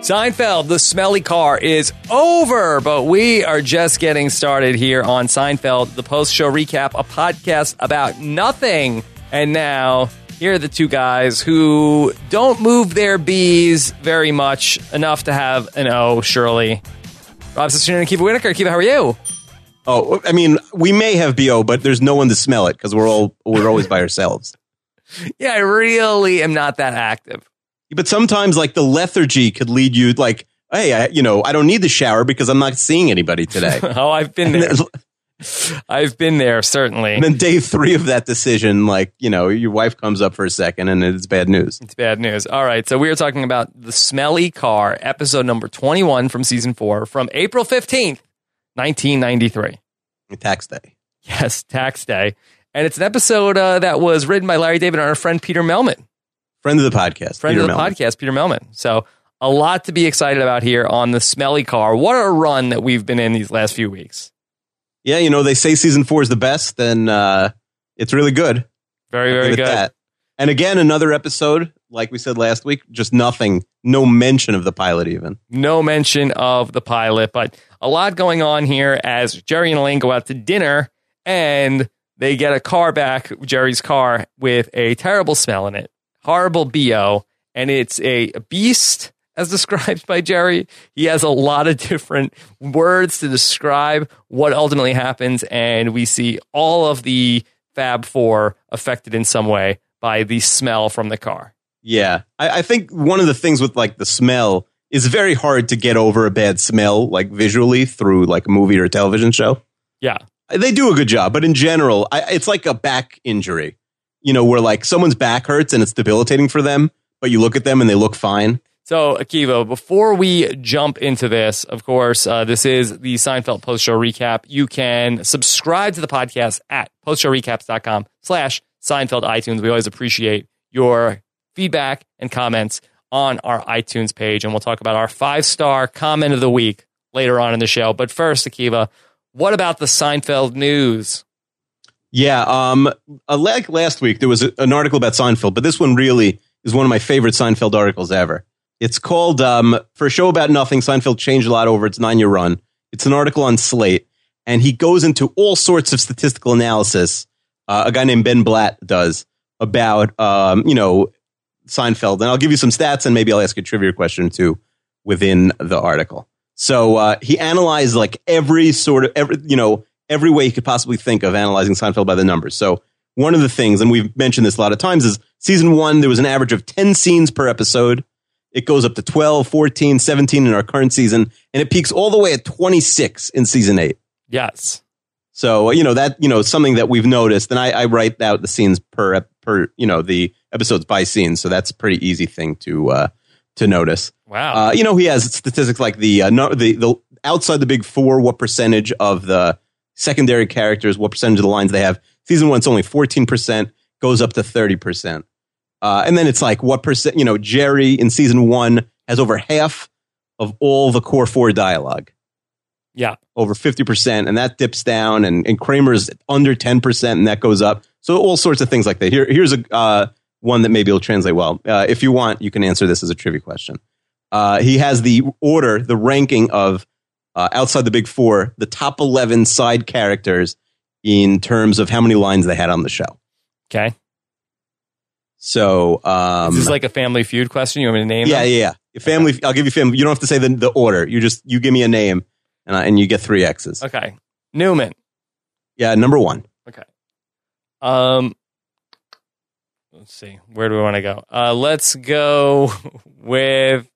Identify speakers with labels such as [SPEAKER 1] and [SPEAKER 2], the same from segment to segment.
[SPEAKER 1] Seinfeld, the smelly car is over, but we are just getting started here on Seinfeld, the post show recap, a podcast about nothing. And now, here are the two guys who don't move their B's very much, enough to have an O, surely. Rob Sestrin and Kiva Whitaker. Kiva, how are you?
[SPEAKER 2] Oh, I mean, we may have bo, but there's no one to smell it because we're all we're always by ourselves.
[SPEAKER 1] Yeah, I really am not that active.
[SPEAKER 2] But sometimes, like the lethargy could lead you, like, hey, I, you know, I don't need the shower because I'm not seeing anybody today.
[SPEAKER 1] Oh, I've been
[SPEAKER 2] and,
[SPEAKER 1] there.
[SPEAKER 2] then,
[SPEAKER 1] I've been there, certainly.
[SPEAKER 2] and then day three of that decision, like, you know, your wife comes up for a second and it's bad news.
[SPEAKER 1] It's bad news. All right. So we are talking about The Smelly Car, episode number 21 from season four from April 15th, 1993.
[SPEAKER 2] Tax day.
[SPEAKER 1] Yes, tax day. And it's an episode uh, that was written by Larry David and our friend Peter Melman,
[SPEAKER 2] Friend of the podcast.
[SPEAKER 1] friend of the
[SPEAKER 2] Melman.
[SPEAKER 1] podcast, Peter Melman. So a lot to be excited about here on The Smelly Car. What a run that we've been in these last few weeks.
[SPEAKER 2] Yeah, you know, they say season four is the best, then uh, it's really good.
[SPEAKER 1] Very,
[SPEAKER 2] Give
[SPEAKER 1] very
[SPEAKER 2] it
[SPEAKER 1] good.
[SPEAKER 2] And again, another episode, like we said last week, just nothing, no mention of the pilot even.
[SPEAKER 1] no mention of the pilot, but a lot going on here as Jerry and Elaine go out to dinner and they get a car back, Jerry's car, with a terrible smell in it. Horrible BO. And it's a beast, as described by Jerry. He has a lot of different words to describe what ultimately happens. And we see all of the Fab Four affected in some way by the smell from the car.
[SPEAKER 2] Yeah, I, I think one of the things with like the smell is very hard to get over a bad smell like visually through like a movie or a television show. Uh,
[SPEAKER 1] Yeah.
[SPEAKER 2] They do a good job, but in general, I, it's like a back injury. You know, where like someone's back hurts and it's debilitating for them, but you look at them and they look fine.
[SPEAKER 1] So, Akiva, before we jump into this, of course, uh, this is the Seinfeld post show recap. You can subscribe to the podcast at postshowrecaps.com slash Seinfeld iTunes. We always appreciate your feedback and comments on our iTunes page. And we'll talk about our five star comment of the week later on in the show. But first, Akiva, what about the Seinfeld news?
[SPEAKER 2] Yeah, um, uh, like last week, there was a, an article about Seinfeld, but this one really is one of my favorite Seinfeld articles ever. It's called um, "For a Show About Nothing." Seinfeld changed a lot over its nine-year run. It's an article on Slate, and he goes into all sorts of statistical analysis. Uh, a guy named Ben Blatt does about um, you know Seinfeld, and I'll give you some stats, and maybe I'll ask a trivia question too within the article. So uh, he analyzed like every sort of every you know every way he could possibly think of analyzing Seinfeld by the numbers. So one of the things, and we've mentioned this a lot of times, is season one there was an average of ten scenes per episode. It goes up to 12, 14, 17 in our current season, and it peaks all the way at 26 in season eight.
[SPEAKER 1] Yes.
[SPEAKER 2] So you know that you know something that we've noticed, and I, I write out the scenes per ep- per you know the episodes by scene, so that's a pretty easy thing to uh, to notice.
[SPEAKER 1] Wow.
[SPEAKER 2] Uh, you know, he has statistics like the uh, no, the the outside the big four, what percentage of the secondary characters, what percentage of the lines they have. Season one's only fourteen percent, goes up to thirty percent, uh, and then it's like what percent. You know, Jerry in season one has over half of all the core four dialogue.
[SPEAKER 1] Yeah.
[SPEAKER 2] over fifty percent, and that dips down, and and Kramer's under ten percent, and that goes up. So all sorts of things like that. Here, here's a. Uh, one that maybe will translate well. Uh, if you want, you can answer this as a trivia question. Uh, he has the order, the ranking of uh, outside the big four, the top 11 side characters in terms of how many lines they had on the show.
[SPEAKER 1] okay.
[SPEAKER 2] So, um,
[SPEAKER 1] this is like a family feud question. You want me to name
[SPEAKER 2] yeah, yeah,
[SPEAKER 1] them?
[SPEAKER 2] yeah. Your Family, I'll give you family. You don't have to say the, the order. You just, you give me a name and, I, and you get three X's.
[SPEAKER 1] Okay. Newman.
[SPEAKER 2] Yeah, number one.
[SPEAKER 1] Um, let's see. Where do we want to go? Uh, let's go with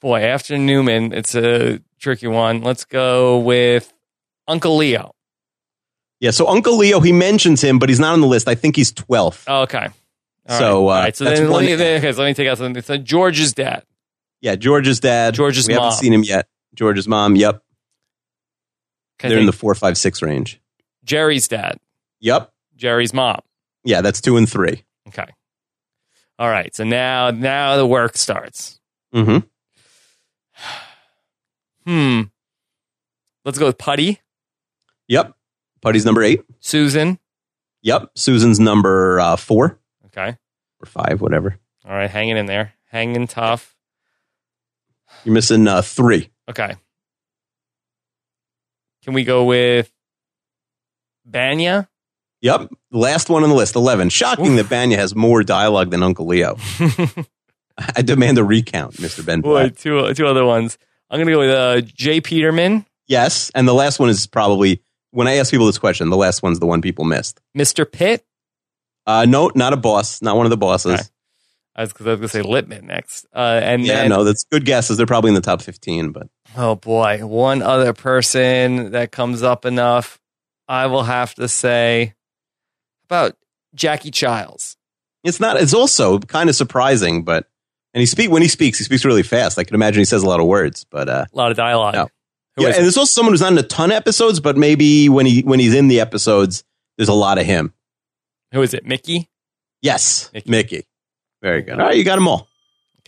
[SPEAKER 1] boy after Newman. It's a tricky one. Let's go with Uncle Leo.
[SPEAKER 2] Yeah, so Uncle Leo, he mentions him, but he's not on the list. I think he's 12th.
[SPEAKER 1] Oh, okay. All right.
[SPEAKER 2] So, uh,
[SPEAKER 1] All right. So
[SPEAKER 2] that's
[SPEAKER 1] then let
[SPEAKER 2] one-
[SPEAKER 1] me, then- okay, so let me take out something. So George's dad.
[SPEAKER 2] yeah, George's dad.
[SPEAKER 1] George's
[SPEAKER 2] we
[SPEAKER 1] mom.
[SPEAKER 2] haven't seen him yet. George's mom. Yep.
[SPEAKER 1] Okay,
[SPEAKER 2] They're in the
[SPEAKER 1] then
[SPEAKER 2] four, five, six range.
[SPEAKER 1] Jerry's dad.
[SPEAKER 2] Yep.
[SPEAKER 1] Jerry's mom.
[SPEAKER 2] Yeah, that's two and three.
[SPEAKER 1] Okay. All right. So now, now the work starts.
[SPEAKER 2] Mm-hmm.
[SPEAKER 1] Hmm. Let's go with Putty,
[SPEAKER 2] Yep. Putty's number eight.
[SPEAKER 1] Susan.
[SPEAKER 2] Yep. Susan's number uh, four
[SPEAKER 1] Okay.
[SPEAKER 2] or five, whatever.
[SPEAKER 1] All right, hanging in there, hanging tough.
[SPEAKER 2] You're missing uh, three.
[SPEAKER 1] Okay. Can we go with Banya?
[SPEAKER 2] Yep. Last one on the list, 11. Shocking that Banya has more dialogue than Uncle Leo. I demand a recount, Mr. Ben
[SPEAKER 1] Boy,
[SPEAKER 2] Platt.
[SPEAKER 1] two two other ones. I'm gonna go with uh, Jay Peterman,
[SPEAKER 2] Yes. And the last one is probably, when I ask people this question, the last one's the one people missed.
[SPEAKER 1] Mr. Pitt.
[SPEAKER 2] Uh, no, not a boss, not one of the bosses.
[SPEAKER 1] Okay. I was, 'cause I was gonna say Lipman next, uh, and
[SPEAKER 2] Yeah,
[SPEAKER 1] then
[SPEAKER 2] no, that's good guesses. They're probably in the top 15, but
[SPEAKER 1] oh boy, one other person that comes up enough. I will have to say about Jackie Childs.
[SPEAKER 2] it's not, it's also kind of surprising, but, and he speak, when he speaks, he speaks really fast. I can imagine he says a lot of words, but, uh,
[SPEAKER 1] A lot of dialogue.
[SPEAKER 2] No.
[SPEAKER 1] Who
[SPEAKER 2] yeah,
[SPEAKER 1] is-
[SPEAKER 2] and there's also someone who's not in a ton of episodes, but maybe when he when he's in the episodes, there's a lot of him.
[SPEAKER 1] who is it? Mickey.
[SPEAKER 2] Yes,
[SPEAKER 1] Mickey.
[SPEAKER 2] Mickey. Very good. All right, you got them all.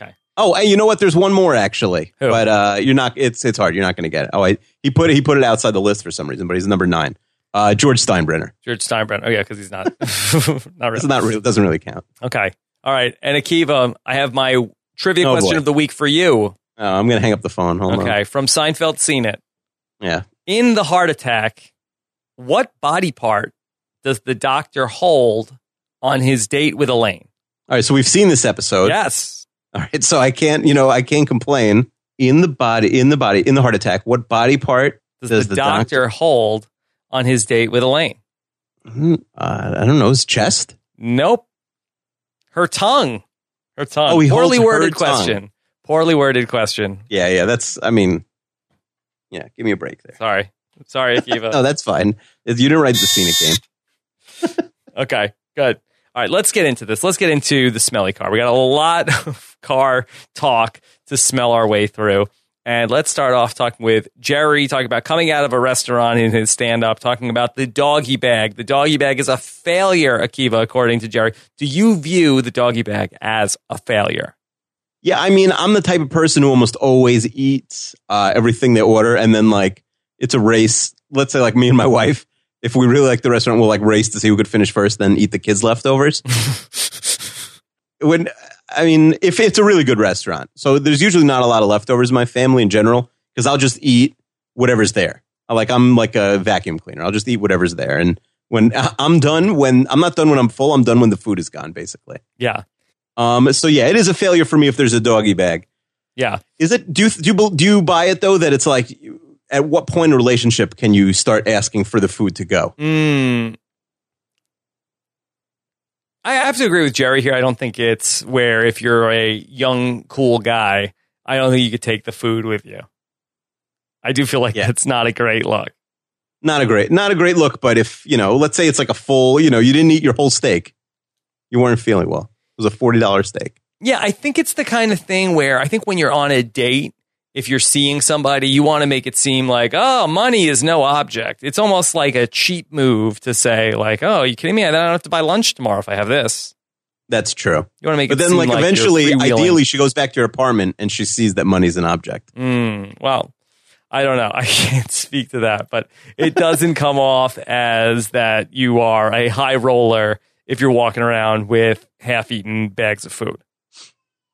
[SPEAKER 1] Okay.
[SPEAKER 2] Oh, and you know what? There's one more actually,
[SPEAKER 1] Who?
[SPEAKER 2] but uh, you're not. It's it's hard. You're not going to get it. Oh, I, he put it. He put it outside the list for some reason, but he's number nine. Uh, George Steinbrenner.
[SPEAKER 1] George Steinbrenner. Oh yeah, because he's not not
[SPEAKER 2] It's
[SPEAKER 1] really.
[SPEAKER 2] not really doesn't really count.
[SPEAKER 1] Okay. All right. And Akiva, I have my trivia
[SPEAKER 2] Oh,
[SPEAKER 1] question
[SPEAKER 2] boy.
[SPEAKER 1] of the week for you.
[SPEAKER 2] Uh, I'm going to hang up the phone. Hold on.
[SPEAKER 1] okay. From Seinfeld, seen it.
[SPEAKER 2] Yeah.
[SPEAKER 1] In the heart attack, what body part does the doctor hold on his date with Elaine?
[SPEAKER 2] All right. So we've seen this episode.
[SPEAKER 1] Yes.
[SPEAKER 2] All right. So I can't. You know, I can't complain. In the body. In the body. In the heart attack. What body part
[SPEAKER 1] Does,
[SPEAKER 2] Does
[SPEAKER 1] the,
[SPEAKER 2] the
[SPEAKER 1] doctor,
[SPEAKER 2] doctor-
[SPEAKER 1] hold on his date with Elaine?
[SPEAKER 2] Hmm, uh, I don't know. His chest.
[SPEAKER 1] Nope. Her tongue. Her tongue.
[SPEAKER 2] Oh, he
[SPEAKER 1] Poorly
[SPEAKER 2] holds her
[SPEAKER 1] worded
[SPEAKER 2] tongue.
[SPEAKER 1] question. Poorly worded question.
[SPEAKER 2] Yeah, yeah. That's. I mean, yeah. Give me a break there.
[SPEAKER 1] Sorry. Sorry, Akiva.
[SPEAKER 2] No, that's fine. If You didn't write the scenic game.
[SPEAKER 1] Okay, good. All right, let's get into this. Let's get into the smelly car. We got a lot of car talk to smell our way through. And let's start off talking with Jerry, talking about coming out of a restaurant in his stand up, talking about the doggy bag. The doggy bag is a failure, Akiva, according to Jerry. Do you view the doggy bag as a failure?
[SPEAKER 2] Yeah, I mean, I'm the type of person who almost always eats uh, everything they order, and then like it's a race. Let's say like me and my wife, if we really like the restaurant, we'll like race to see who could finish first, then eat the kids' leftovers. when I mean, if it's a really good restaurant, so there's usually not a lot of leftovers in my family in general because I'll just eat whatever's there. I like I'm like a vacuum cleaner. I'll just eat whatever's there, and when I- I'm done, when I'm not done when I'm full, I'm done when the food is gone, basically.
[SPEAKER 1] Yeah,
[SPEAKER 2] Um, so yeah, it is a failure for me if there's a doggy bag.
[SPEAKER 1] yeah.
[SPEAKER 2] Is it? Do you, do you bel- do you buy it though? That it's like, at what point in a relationship can you start asking for the food to go?
[SPEAKER 1] Mm. I have to agree with Jerry here. I don't think it's where if you're a young, cool guy, I don't think you could take the food with you. I do feel like
[SPEAKER 2] Yeah.
[SPEAKER 1] that's not a great look.
[SPEAKER 2] Not a great, not a great look. But if you know, let's say it's like a full, you know, you didn't eat your whole steak, you weren't feeling well. It was a forty dollar steak.
[SPEAKER 1] Yeah, I think it's the kind of thing where I think when you're on a date, if you're seeing somebody, you want to make it seem like, oh, money is no object. It's almost like a cheap move to say, like, oh, you kidding me? I don't have to buy lunch tomorrow if I have this.
[SPEAKER 2] That's true.
[SPEAKER 1] You want to make
[SPEAKER 2] But
[SPEAKER 1] it
[SPEAKER 2] then,
[SPEAKER 1] seem
[SPEAKER 2] like,
[SPEAKER 1] like you're
[SPEAKER 2] eventually,
[SPEAKER 1] freewheeling.
[SPEAKER 2] ideally, she goes back to her apartment and she sees that money's an object.
[SPEAKER 1] Mm, well, I don't know. I can't speak to that, but it doesn't come off as that you are a high roller if you're walking around with half-eaten bags of food.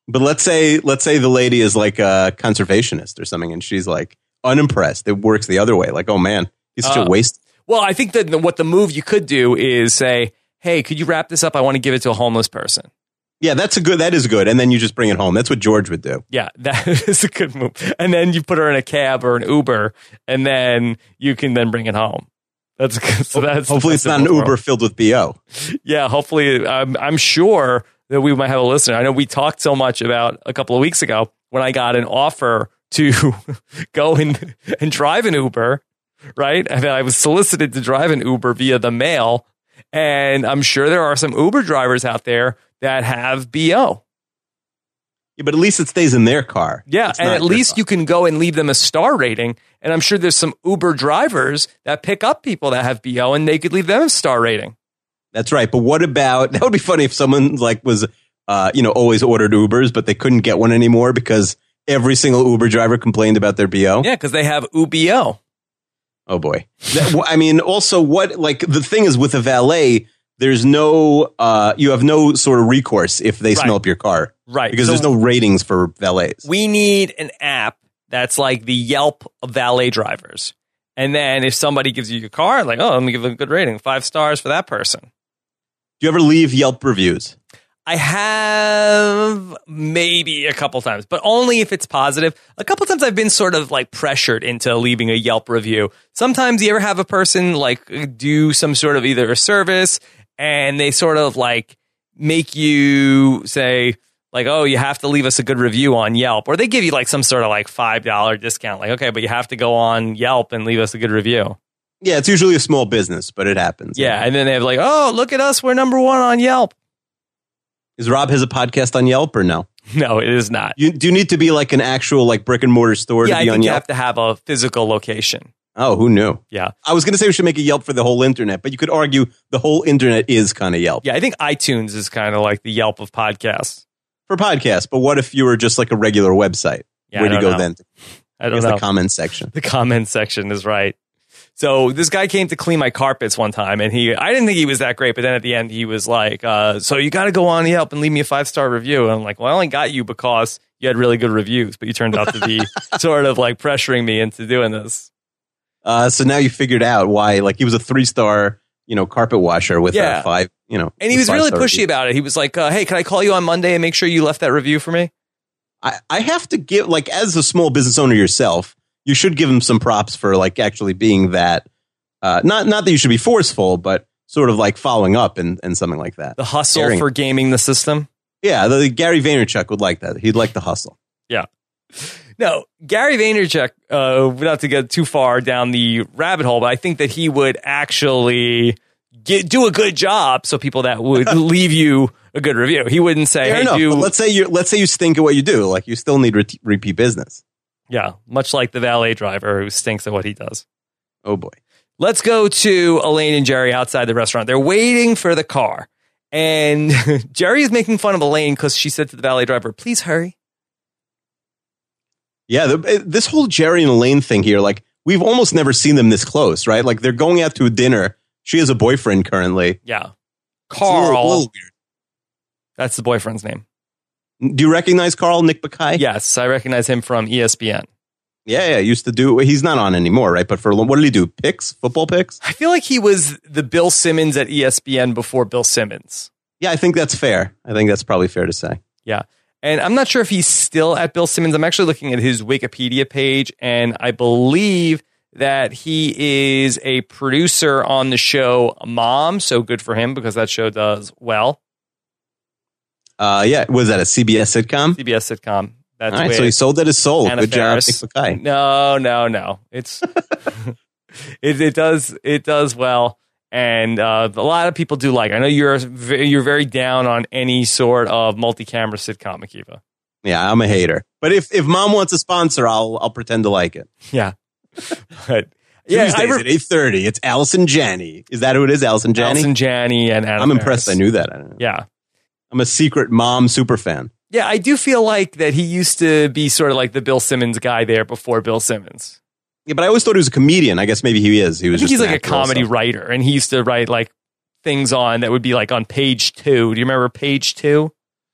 [SPEAKER 2] But let's say, let's say the lady is like a conservationist or something, and she's like unimpressed. It works the other way. Like, oh man, he's such
[SPEAKER 1] Uh,
[SPEAKER 2] a waste.
[SPEAKER 1] Well, I think that what the move you could do is say, "Hey, could you wrap this up? I want to give it to a homeless person."
[SPEAKER 2] Yeah, that's a good. That is good. And then you just bring it home. That's what George would do.
[SPEAKER 1] Yeah, that is a good move. And then you put her in a cab or an Uber, and then you can then bring it home. That's so. That's the
[SPEAKER 2] Hopefully,
[SPEAKER 1] best
[SPEAKER 2] it's
[SPEAKER 1] of
[SPEAKER 2] not an
[SPEAKER 1] both worlds.
[SPEAKER 2] Uber filled with bo.
[SPEAKER 1] yeah, hopefully, I'm, I'm sure that we might have a listener. I know we talked so much about a couple of weeks ago when I got an offer to go and, and drive an Uber, right? And I was solicited to drive an Uber via the mail. And I'm sure there are some Uber drivers out there that have BO.
[SPEAKER 2] Yeah, but at least it stays in their car.
[SPEAKER 1] Yeah,
[SPEAKER 2] It's
[SPEAKER 1] and
[SPEAKER 2] not
[SPEAKER 1] at
[SPEAKER 2] your
[SPEAKER 1] least
[SPEAKER 2] car.
[SPEAKER 1] you can go and leave them a star rating. And I'm sure there's some Uber drivers that pick up people that have BO and they could leave them a star rating.
[SPEAKER 2] That's right. But what about that? Would be funny if someone like was, uh, you know, always ordered Ubers, but they couldn't get one anymore because every single Uber driver complained about their bo.
[SPEAKER 1] Yeah, because they have UBO.
[SPEAKER 2] Oh boy. That- wh- I mean, also, what like the thing is with a valet, there's no, uh, you have no sort of recourse if they
[SPEAKER 1] Right.
[SPEAKER 2] smell up your car.
[SPEAKER 1] right.
[SPEAKER 2] because
[SPEAKER 1] So
[SPEAKER 2] there's no ratings for valets.
[SPEAKER 1] we need an app that's like the Yelp of valet drivers. And then if somebody gives you your car, like, oh, let me give them a good rating, five stars for that person.
[SPEAKER 2] Do you ever leave Yelp reviews?
[SPEAKER 1] I have maybe a couple times, but only if it's positive. A couple times I've been sort of like pressured into leaving a Yelp review. Sometimes you ever have a person like do some sort of either a service and they sort of like make you say, like, oh, you have to leave us a good review on Yelp, or they give you like some sort of like $5 discount. Like, okay, but you have to go on Yelp and leave us a good review.
[SPEAKER 2] Yeah, it's usually a small business, but it happens.
[SPEAKER 1] Yeah. And then they have like, oh, look at us. We're number one on Yelp.
[SPEAKER 2] Is Rob has a podcast on Yelp or no?
[SPEAKER 1] No, it is not.
[SPEAKER 2] You do you need to be like an actual like brick and mortar store
[SPEAKER 1] yeah,
[SPEAKER 2] to be
[SPEAKER 1] I
[SPEAKER 2] on
[SPEAKER 1] think you
[SPEAKER 2] Yelp.
[SPEAKER 1] have to have a physical location.
[SPEAKER 2] oh, who knew?
[SPEAKER 1] Yeah.
[SPEAKER 2] I was going to say we should make a Yelp for the whole internet, but you could argue the whole internet is kind of Yelp
[SPEAKER 1] Yeah, I think iTunes is kind of like the Yelp of podcasts.
[SPEAKER 2] for podcasts. But what if you were just like a regular website?
[SPEAKER 1] Yeah,
[SPEAKER 2] Where do
[SPEAKER 1] I
[SPEAKER 2] you
[SPEAKER 1] don't
[SPEAKER 2] go
[SPEAKER 1] know.
[SPEAKER 2] then?
[SPEAKER 1] I don't
[SPEAKER 2] It's
[SPEAKER 1] know.
[SPEAKER 2] the comment section.
[SPEAKER 1] the comment section is right. So this guy came to clean my carpets one time, and he I didn't think he was that great, but then at the end he was like, uh, "So you got to go on Yelp and leave me a five star review." And I'm like, "Well, I only got you because you had really good reviews, but you turned out to be sort of like pressuring me into doing this."
[SPEAKER 2] Uh, so now you figured out why, like, he was a three star, you know, carpet washer with
[SPEAKER 1] Yeah.
[SPEAKER 2] a five, you know,
[SPEAKER 1] And he
[SPEAKER 2] with
[SPEAKER 1] was really
[SPEAKER 2] five-star
[SPEAKER 1] pushy
[SPEAKER 2] review.
[SPEAKER 1] about it. He was like, uh, "Hey, can I call you on Monday and make sure you left that review for me?"
[SPEAKER 2] I, I have to give, like, as a small business owner yourself, you should give him some props for like actually being that. Uh, not not that you should be forceful, but sort of like following up and, and something like that.
[SPEAKER 1] The hustle
[SPEAKER 2] Daring.
[SPEAKER 1] for gaming the system.
[SPEAKER 2] Yeah, the, Gary Vaynerchuk would like that. He'd like the hustle.
[SPEAKER 1] No, Gary Vaynerchuk, uh, not to get too far down the rabbit hole, but I think that he would actually get, do a good job so people that would leave you a good review. He wouldn't say,
[SPEAKER 2] Fair
[SPEAKER 1] hey,
[SPEAKER 2] enough.
[SPEAKER 1] do,
[SPEAKER 2] but let's say you let's say you stink at what you do. Like you still need re- repeat business.
[SPEAKER 1] yeah, much like the valet driver who stinks at what he does.
[SPEAKER 2] Oh boy.
[SPEAKER 1] Let's go to Elaine and Jerry outside the restaurant. They're waiting for the car. And Jerry is making fun of Elaine because she said to the valet driver, please hurry.
[SPEAKER 2] Yeah, the, eh, this whole Jerry and Elaine thing here, like we've almost never seen them this close, right? Like they're going out to a dinner. She has a boyfriend currently.
[SPEAKER 1] Yeah.
[SPEAKER 2] It's a little-
[SPEAKER 1] Carl.
[SPEAKER 2] little weird.
[SPEAKER 1] that's the boyfriend's name.
[SPEAKER 2] Do you recognize Carl Nick Bakay?
[SPEAKER 1] Yes, I recognize him from E ESPN.
[SPEAKER 2] yeah, yeah. Used to do. He's not on anymore, right? But for a lo- what did he do? Picks, football picks.
[SPEAKER 1] I feel like he was the Bill Simmons at E ESPN before Bill Simmons.
[SPEAKER 2] Yeah, I think that's fair. I think that's probably fair to say.
[SPEAKER 1] And I'm not sure if he's still at Bill Simmons. I'm actually looking at his Wikipedia page, and I believe that he is a producer on the show Mom. So good for him because that show does well.
[SPEAKER 2] Uh, yeah, was that a CBS sitcom?
[SPEAKER 1] CBS sitcom. That's
[SPEAKER 2] All right,
[SPEAKER 1] where-
[SPEAKER 2] so he sold that his soul.
[SPEAKER 1] Anna
[SPEAKER 2] Good job, Nick
[SPEAKER 1] Faris.
[SPEAKER 2] Bakay.
[SPEAKER 1] No, no, no. It's it, it does it does well, and uh, a lot of people do like. It. I know you're ve- you're very down on any sort of multi-camera sitcom, Akiva.
[SPEAKER 2] Yeah, I'm a hater. But if, if mom wants a sponsor, I'll I'll pretend to like it.
[SPEAKER 1] Yeah, but I
[SPEAKER 2] Tuesdays
[SPEAKER 1] re-
[SPEAKER 2] at eight thirty. It's Allison Janney. Is that who it is? Allison Janney.
[SPEAKER 1] Allison Janney and Anna
[SPEAKER 2] I'm impressed. I
[SPEAKER 1] Faris.
[SPEAKER 2] knew that. I don't know.
[SPEAKER 1] Yeah,
[SPEAKER 2] I'm a secret mom super fan.
[SPEAKER 1] yeah. I do feel like that he used to be sort of like the Bill Simmons guy there before Bill Simmons.
[SPEAKER 2] Yeah, but I always thought he was a comedian. I guess maybe he is. He
[SPEAKER 1] I
[SPEAKER 2] was.
[SPEAKER 1] think
[SPEAKER 2] just
[SPEAKER 1] he's
[SPEAKER 2] an
[SPEAKER 1] like a
[SPEAKER 2] actor
[SPEAKER 1] comedy
[SPEAKER 2] also.
[SPEAKER 1] writer, and he used to write like things on that would be like on page two. Do you remember page two?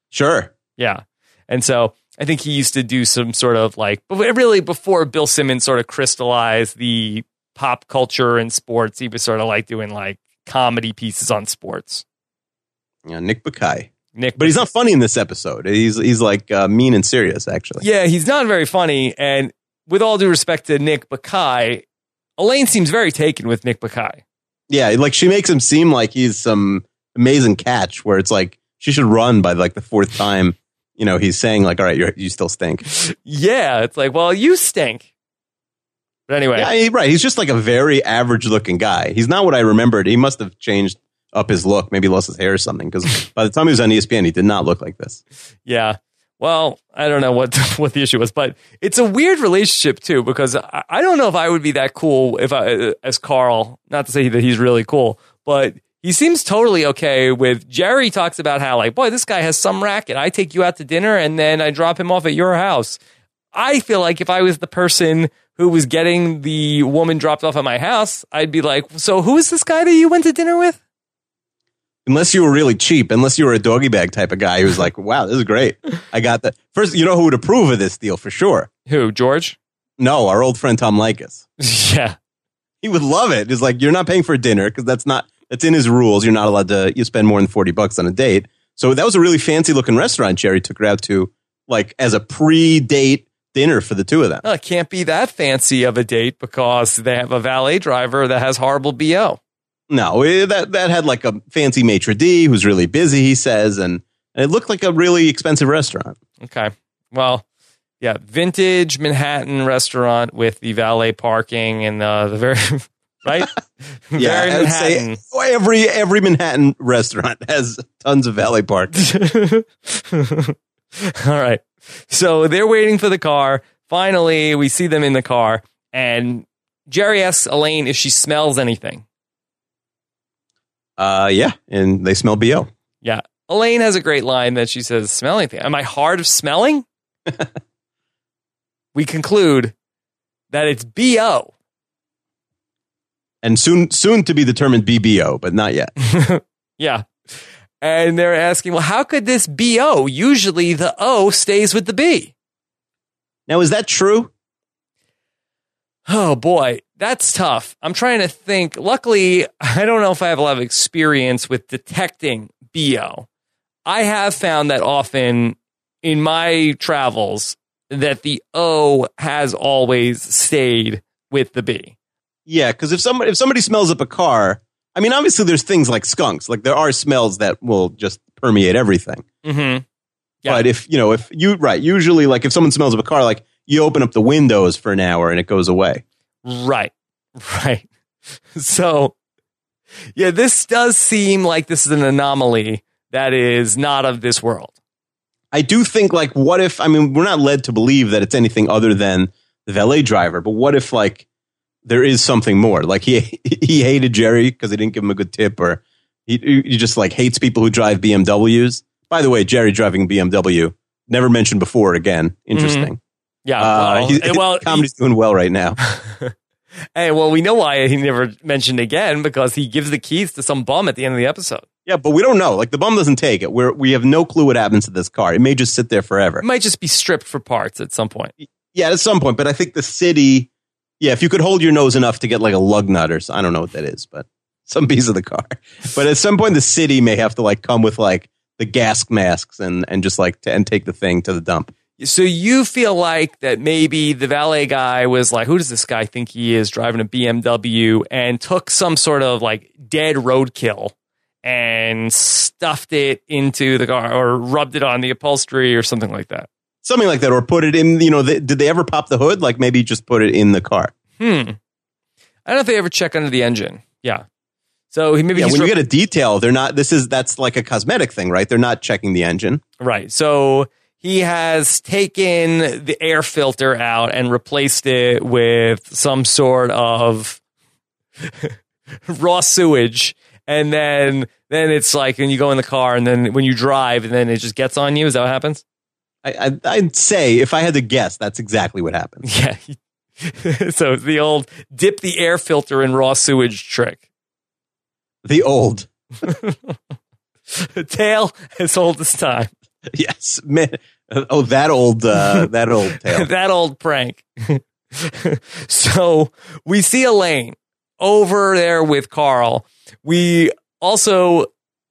[SPEAKER 2] Sure.
[SPEAKER 1] Yeah. And so I think he used to do some sort of like, but really before Bill Simmons sort of crystallized the pop culture and sports, he was sort of like doing like comedy pieces on sports.
[SPEAKER 2] Yeah, Nick Bakay.
[SPEAKER 1] Nick,
[SPEAKER 2] But he's not funny in this episode. He's he's like uh, mean and serious actually.
[SPEAKER 1] yeah, he's not very funny. And with all due respect to Nick Bakai, Elaine seems very taken with Nick Bakai.
[SPEAKER 2] Yeah. like she makes him seem like he's some amazing catch where it's like she should run by like the fourth time. You know, he's saying like, "All right, you're, you still stink."
[SPEAKER 1] Yeah, it's like, well, you stink. But anyway,
[SPEAKER 2] Yeah, he- right. He's just like a very average looking guy. He's not what I remembered. He must have changed up his look. Maybe lost his hair or something. Because by the time he was on E ESPN, he did not look like this.
[SPEAKER 1] Yeah. Well, I don't know what what the issue was, but it's a weird relationship too because I, I don't know if I would be that cool if I as Carl. Not to say that he's really cool, but he seems totally okay with Jerry. Talks about how like, boy, this guy has some racket. I take you out to dinner and then I drop him off at your house. I feel like if I was the person who was getting the woman dropped off at my house, I'd be like, so who is this guy that you went to dinner with?
[SPEAKER 2] Unless you were really cheap, unless you were a doggy bag type of guy who's like, wow, this is great. I got that. First, you know who would approve of this deal for sure?
[SPEAKER 1] Who, George?
[SPEAKER 2] No, our old friend Tom Likas.
[SPEAKER 1] yeah.
[SPEAKER 2] He would love it. It's like, you're not paying for dinner because that's not, that's in his rules. You're not allowed to, you spend more than 40 bucks on a date. So that was a really fancy looking restaurant Jerry took her out to, like as a pre date dinner for the two of them.
[SPEAKER 1] Well, it Uh, can't be that fancy of a date because they have a valet driver that has horrible BO.
[SPEAKER 2] No, eh, that that had like a fancy maitre d who's really busy. He says, and, and it looked like a really expensive restaurant.
[SPEAKER 1] Okay. Well, yeah, vintage Manhattan restaurant with the valet parking and uh, the very right.
[SPEAKER 2] Yeah, I would say every every Manhattan restaurant has tons of valet park.
[SPEAKER 1] All right. So they're waiting for the car. Finally, we see them in the car, and Jerry asks Elaine if she smells anything.
[SPEAKER 2] Uh, yeah, and they smell bo.
[SPEAKER 1] Yeah. Elaine has a great line that she says, smell anything. Am I hard of smelling? we conclude that it's BO.
[SPEAKER 2] and soon soon to be determined BBO, but not yet.
[SPEAKER 1] Yeah. And they're asking, well, how could this BO? Usually the O stays with the B.
[SPEAKER 2] Now, is that true?
[SPEAKER 1] Oh boy, that's tough. I'm trying to think. Luckily, I don't know if I have a lot of experience with detecting BO. I have found that often in my travels that the O has always stayed with the B.
[SPEAKER 2] Yeah, because if somebody if somebody smells up a car, I mean, obviously there's things like skunks. Like there are smells that will just permeate everything.
[SPEAKER 1] Mm-hmm. Yeah.
[SPEAKER 2] But if you know, if you right, usually like if someone smells up a car, like you open up the windows for an hour and it goes away.
[SPEAKER 1] Right. Right. So, yeah, this does seem like this is an anomaly that is not of this world.
[SPEAKER 2] I do think like what if I mean we're not led to believe that it's anything other than the valet driver, but what if like there is something more? Like he he hated Jerry because he didn't give him a good tip, or he he just like hates people who drive BMWs. By the way, Jerry driving BMW never mentioned before again. Interesting.
[SPEAKER 1] Yeah.
[SPEAKER 2] Uh,
[SPEAKER 1] well,
[SPEAKER 2] he-
[SPEAKER 1] eh, well,
[SPEAKER 2] comedy's doing well right now.
[SPEAKER 1] hey, well, we know why he never mentioned again because he gives the keys to some bum at the end of the episode.
[SPEAKER 2] Yeah, but we don't know. Like the bum doesn't take it. We're we have no clue what happens to this car. It may just sit there forever.
[SPEAKER 1] It might just be stripped for parts at some point.
[SPEAKER 2] Yeah, at some point. But I think the city. Yeah, if you could hold your nose enough to get like a lug nut or so, I don't know what that is, but some piece of the car. But at some point, the city may have to like come with like the gas masks and and just like to, and take the thing to the dump.
[SPEAKER 1] So you feel like that maybe the valet guy was like, who does this guy think he is driving a BMW and took some sort of like dead roadkill and stuffed it into the car or rubbed it on the upholstery or something like that.
[SPEAKER 2] Something like that, or put it in. You know, th did they ever pop the hood? Like maybe just put it in the car.
[SPEAKER 1] Hmm. I don't know if they ever check under the engine. Yeah. So he maybe
[SPEAKER 2] Yeah,
[SPEAKER 1] he's
[SPEAKER 2] when you
[SPEAKER 1] ru-
[SPEAKER 2] get a detail, they're not. This is that's like a cosmetic thing, right? They're not checking the engine.
[SPEAKER 1] Right. So he has taken the air filter out and replaced it with some sort of raw sewage. And then then it's like and you go in the car and then when you drive and then it just gets on you. Is that what happens?
[SPEAKER 2] I, I I'd say if I had to guess, that's exactly what happened.
[SPEAKER 1] Yeah. so it's the old dip the air filter in raw sewage trick.
[SPEAKER 2] The old.
[SPEAKER 1] Tail as old as time.
[SPEAKER 2] Yes, man. Oh, that old, uh, that old tale.
[SPEAKER 1] that old prank. so we see Elaine over there with Carl. We also,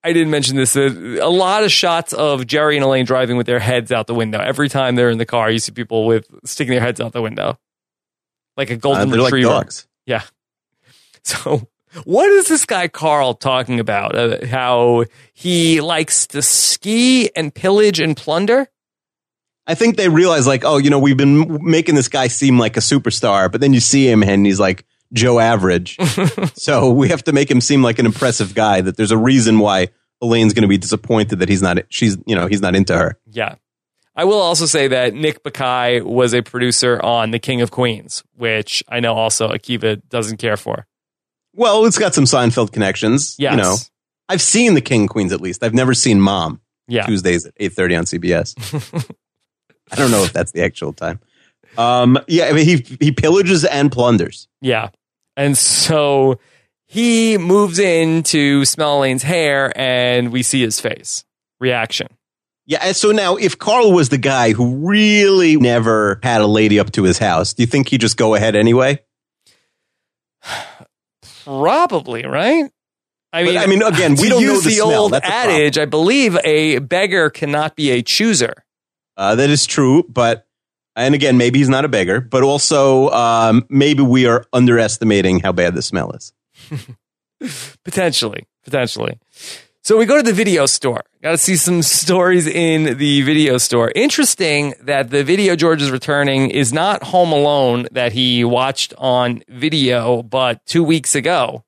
[SPEAKER 1] I didn't mention this, uh, a lot of shots of Jerry and Elaine driving with their heads out the window. Every time they're in the car, you see people with sticking their heads out the window, like a
[SPEAKER 2] Uh,
[SPEAKER 1] golden
[SPEAKER 2] they're like
[SPEAKER 1] retriever.
[SPEAKER 2] dogs.
[SPEAKER 1] So, what is this guy Carl talking about? Uh, how he likes to ski and pillage and plunder?
[SPEAKER 2] I think they realize, like, oh, you know, we've been making this guy seem like a superstar, but then you see him and he's like Joe Average. so we have to make him seem like an impressive guy. That there's a reason why Elaine's going to be disappointed that he's not. She's, you know, he's not into her.
[SPEAKER 1] Yeah. I will also say that Nick Bakai was a producer on The King of Queens, which I know also Akiva doesn't care for.
[SPEAKER 2] Well, it's got some Seinfeld connections.
[SPEAKER 1] Yes.
[SPEAKER 2] You know, I've seen the King Queens at least. I've never seen Mom.
[SPEAKER 1] Yeah.
[SPEAKER 2] Tuesdays at eight thirty on CBS. I don't know if that's the actual time. Um, yeah, I mean he he pillages and plunders.
[SPEAKER 1] Yeah. And so He moves into Smell Lane's hair and we see his face reaction.
[SPEAKER 2] Yeah, and so now if Carl was the guy who really never had a lady up to his house, do you think he'd just go ahead anyway?
[SPEAKER 1] Probably, right? I
[SPEAKER 2] But,
[SPEAKER 1] mean,
[SPEAKER 2] I mean, again, we
[SPEAKER 1] to
[SPEAKER 2] don't know
[SPEAKER 1] use
[SPEAKER 2] the, smell.
[SPEAKER 1] old
[SPEAKER 2] That's a problem.
[SPEAKER 1] adage, I believe a beggar cannot be a chooser.
[SPEAKER 2] Uh, that is true, but and again, maybe he's not a beggar, but also um, maybe we are underestimating how bad the smell is.
[SPEAKER 1] Potentially, potentially. So we go to the video store. Got to see some stories in the video store. Interesting that the video George is returning is not Home Alone that he watched on video, but two weeks ago.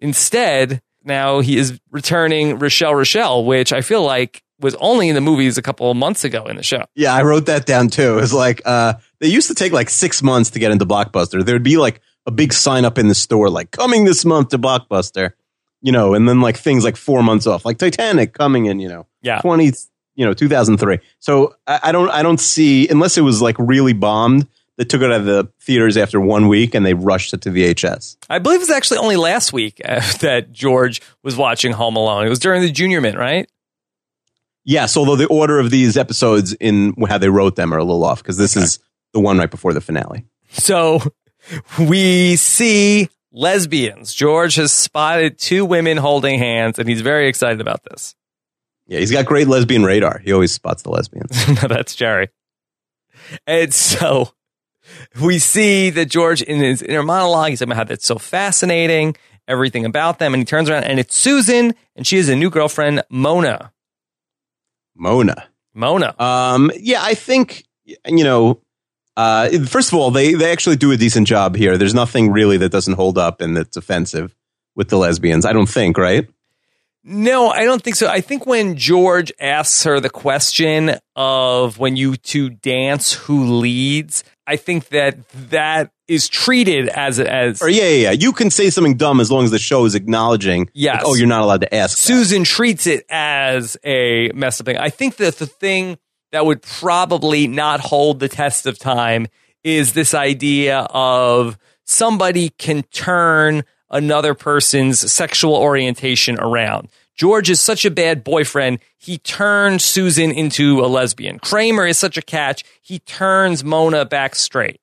[SPEAKER 1] Instead, now he is returning Rochelle Rochelle, which I feel like was only in the movies a couple of months ago in the show.
[SPEAKER 2] Yeah, I wrote that down too. It was like uh, they used to take like six months to get into Blockbuster. There'd be like a big sign up in the store, like coming this month to Blockbuster, you know, and then like things like four months off, like Titanic coming in, you know,
[SPEAKER 1] Yeah.
[SPEAKER 2] twenty, you know, two thousand three. So I, I don't, I don't see unless it was like really bombed. They took it out of the theaters after one week and they rushed it to VHS.
[SPEAKER 1] I believe it was actually only last week uh, that George was watching Home Alone. It was during the Junior Mint, right?
[SPEAKER 2] Yes, although the order of these episodes in how they wrote them are a little off because this is the one right before the finale.
[SPEAKER 1] So we see lesbians. George has spotted two women holding hands, and he's very excited about this.
[SPEAKER 2] Yeah, he's got great lesbian radar. He always spots the lesbians.
[SPEAKER 1] no, that's Jerry. And so we see that George in his inner monologue, he's about how that's so fascinating, everything about them. And he turns around and it's Susan, and she has a new girlfriend, Mona.
[SPEAKER 2] Mona.
[SPEAKER 1] Mona.
[SPEAKER 2] Um, yeah, I think you know. Uh, first of all, they they actually do a decent job here. There's nothing really that doesn't hold up and that's offensive with the lesbians. I don't think, right?
[SPEAKER 1] No, I don't think so. I think when George asks her the question of when you two dance, who leads, I think that that is treated as as
[SPEAKER 2] Or yeah, yeah, yeah. You can say something dumb as long as the show is acknowledging.
[SPEAKER 1] Yes.
[SPEAKER 2] like, oh, you're not allowed to ask. that.
[SPEAKER 1] Susan treats it as a mess up thing. I think that the thing that would probably not hold the test of time is this idea of somebody can turn another person's sexual orientation around. George is such a bad boyfriend, he turned Susan into a lesbian. Kramer is such a catch, he turns Mona back straight.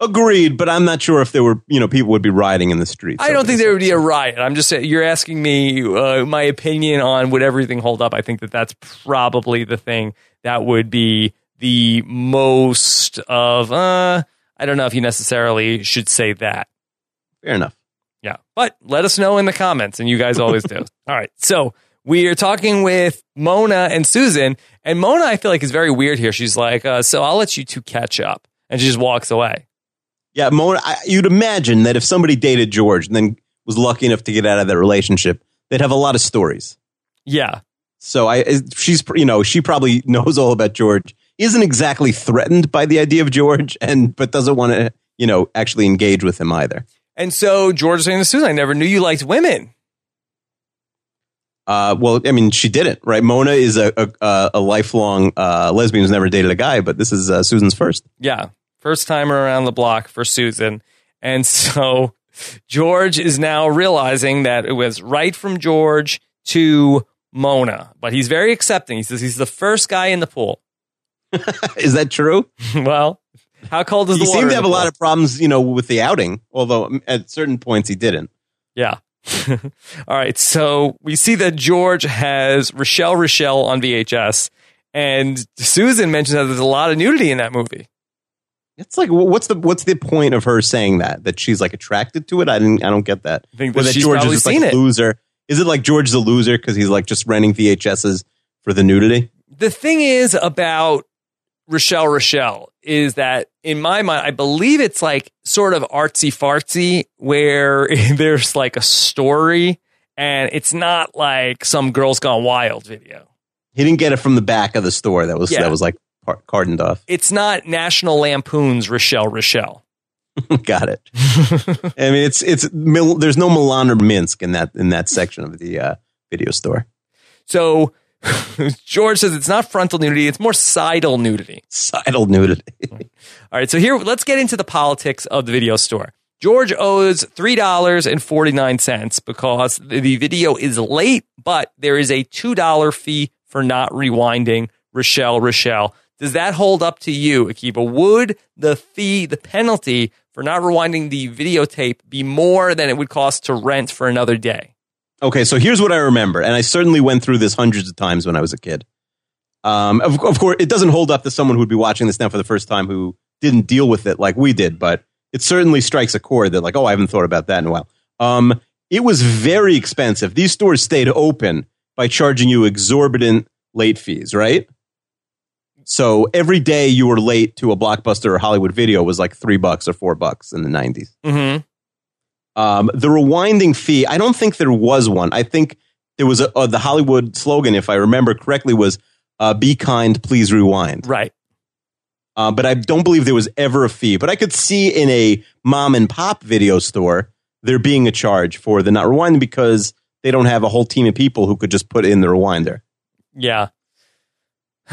[SPEAKER 2] Agreed, but I'm not sure if there were you know people would be rioting in the streets.
[SPEAKER 1] I don't
[SPEAKER 2] over
[SPEAKER 1] think
[SPEAKER 2] this.
[SPEAKER 1] there would be a riot. I'm just saying, you're asking me uh, my opinion on would everything hold up. I think that that's probably the thing that would be the most of. Uh, I don't know if you necessarily should say that.
[SPEAKER 2] Fair enough.
[SPEAKER 1] Yeah, but let us know in the comments, and you guys always do. All right, so we are talking with Mona and Susan, and Mona, I feel like is very weird here. She's like, uh, "So I'll let you two catch up," and she just walks away.
[SPEAKER 2] Yeah, Mona, I, you'd imagine that if somebody dated George and then was lucky enough to get out of that relationship, they'd have a lot of stories.
[SPEAKER 1] Yeah,
[SPEAKER 2] So I, is- she's, you know, she probably knows all about George. Isn't exactly threatened by the idea of George, and but doesn't want to, you know, actually engage with him either.
[SPEAKER 1] and so George is saying to Susan, "I never knew you liked women."
[SPEAKER 2] Uh, well, I mean, she didn't, right? Mona is a a- a, a lifelong uh, lesbian who's never dated a guy, but this is uh, Susan's first.
[SPEAKER 1] Yeah. First timer around the block for Susan. And so George is now realizing that it was right from George to Mona, but he's very accepting. He says he's the first guy in the pool.
[SPEAKER 2] is that true?
[SPEAKER 1] well, how cold is
[SPEAKER 2] He
[SPEAKER 1] the water?
[SPEAKER 2] seemed to
[SPEAKER 1] in
[SPEAKER 2] have
[SPEAKER 1] the
[SPEAKER 2] a lot
[SPEAKER 1] pool?
[SPEAKER 2] of problems, you know, with the outing. Although um, at certain points he didn't.
[SPEAKER 1] Yeah. All right. So we see that George has Rochelle Rochelle on VHS, and Susan mentions that there's a lot of nudity in that movie.
[SPEAKER 2] It's like, wh- what's the what's the point of her saying that? That she's like attracted to it? I didn't. I don't get that.
[SPEAKER 1] I think that,
[SPEAKER 2] Well, that
[SPEAKER 1] she's
[SPEAKER 2] George is
[SPEAKER 1] probably
[SPEAKER 2] just like
[SPEAKER 1] seen
[SPEAKER 2] a
[SPEAKER 1] it.
[SPEAKER 2] loser. Is it like George's a loser because he's like just renting VHSs for the nudity?
[SPEAKER 1] the thing is about Rochelle Rochelle is that in my mind, I believe it's like sort of artsy fartsy where there's like a story and it's not like some girls gone wild video.
[SPEAKER 2] He didn't get it from the back of the store. That was
[SPEAKER 1] Yeah.
[SPEAKER 2] that was like par- cardoned off.
[SPEAKER 1] It's not National Lampoon's Rochelle Rochelle.
[SPEAKER 2] Got it. I mean, it's it's Mil- there's no Milan or Minsk in that in that section of the uh, video store.
[SPEAKER 1] so George says it's not frontal nudity, it's more sidal nudity.
[SPEAKER 2] Sidled nudity.
[SPEAKER 1] All right, so here let's get into the politics of the video store. George owes $3.49 because the the video is late, but there is a $2 fee for not rewinding Rochelle Rochelle. Does that hold up to you, Akiba? Would the fee, the penalty for not rewinding the videotape be more than it would cost to rent for another day?
[SPEAKER 2] Okay, so here's what I remember, and I certainly went through this hundreds of times when I was a kid. Um, of, of course, it doesn't hold up to someone who would be watching this now for the first time who didn't deal with it like we did, but it certainly strikes a chord that, like, oh, I haven't thought about that in a while. Um, it was very expensive. These stores stayed open by charging you exorbitant late fees, right? So every day you were late to a blockbuster or Hollywood video was like three bucks or four bucks in the 90s.
[SPEAKER 1] Mm-hmm.
[SPEAKER 2] Um, the rewinding fee, I don't think there was one. I think there was a, uh, the Hollywood slogan, if I remember correctly, was uh, "Be kind, please rewind."
[SPEAKER 1] Right.
[SPEAKER 2] Uh, but I don't believe there was ever a fee. But I could see in a mom and pop video store there being a charge for the not rewinding because they don't have a whole team of people who could just put in the rewinder.
[SPEAKER 1] Yeah.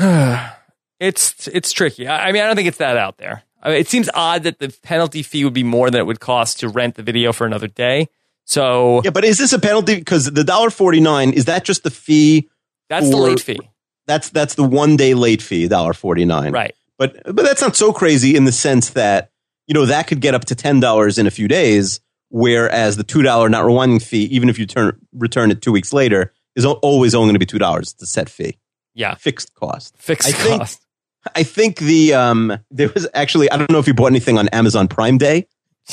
[SPEAKER 1] it's it's tricky. I, I mean, I don't think it's that out there. I mean, it seems odd that the penalty fee would be more than it would cost to rent the video for another day. So
[SPEAKER 2] Yeah, but is this a penalty? Because the dollar forty nine is that just the fee?
[SPEAKER 1] that's the
[SPEAKER 2] or-
[SPEAKER 1] late fee.
[SPEAKER 2] That's that's the one day late fee, dollar forty nine.
[SPEAKER 1] Right.
[SPEAKER 2] but but that's not so crazy in the sense that you know that could get up to ten dollars in a few days, whereas the two dollar not rewinding fee, even if you turn return it two weeks later, is al- always only going to be two dollars. It's a set fee,
[SPEAKER 1] Yeah.
[SPEAKER 2] fixed cost.
[SPEAKER 1] Fixed
[SPEAKER 2] I think-
[SPEAKER 1] cost.
[SPEAKER 2] I think the um there was actually I don't know if you bought anything on Amazon Prime Day,